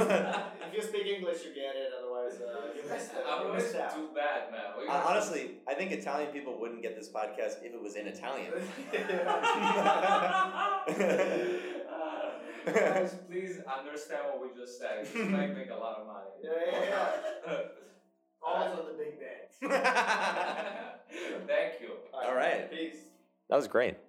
if you speak English, you get it. Otherwise, uh, you missed it. I You was missed out. Uh, too bad, man. What you Hon- gonna- Honestly, I think Italian people wouldn't get this podcast if it was in Italian. Uh, Guys, please understand what we just said. We might make a lot of money. Yeah, yeah, Also the big band. that Thank you. yeah. All right. Peace. was great.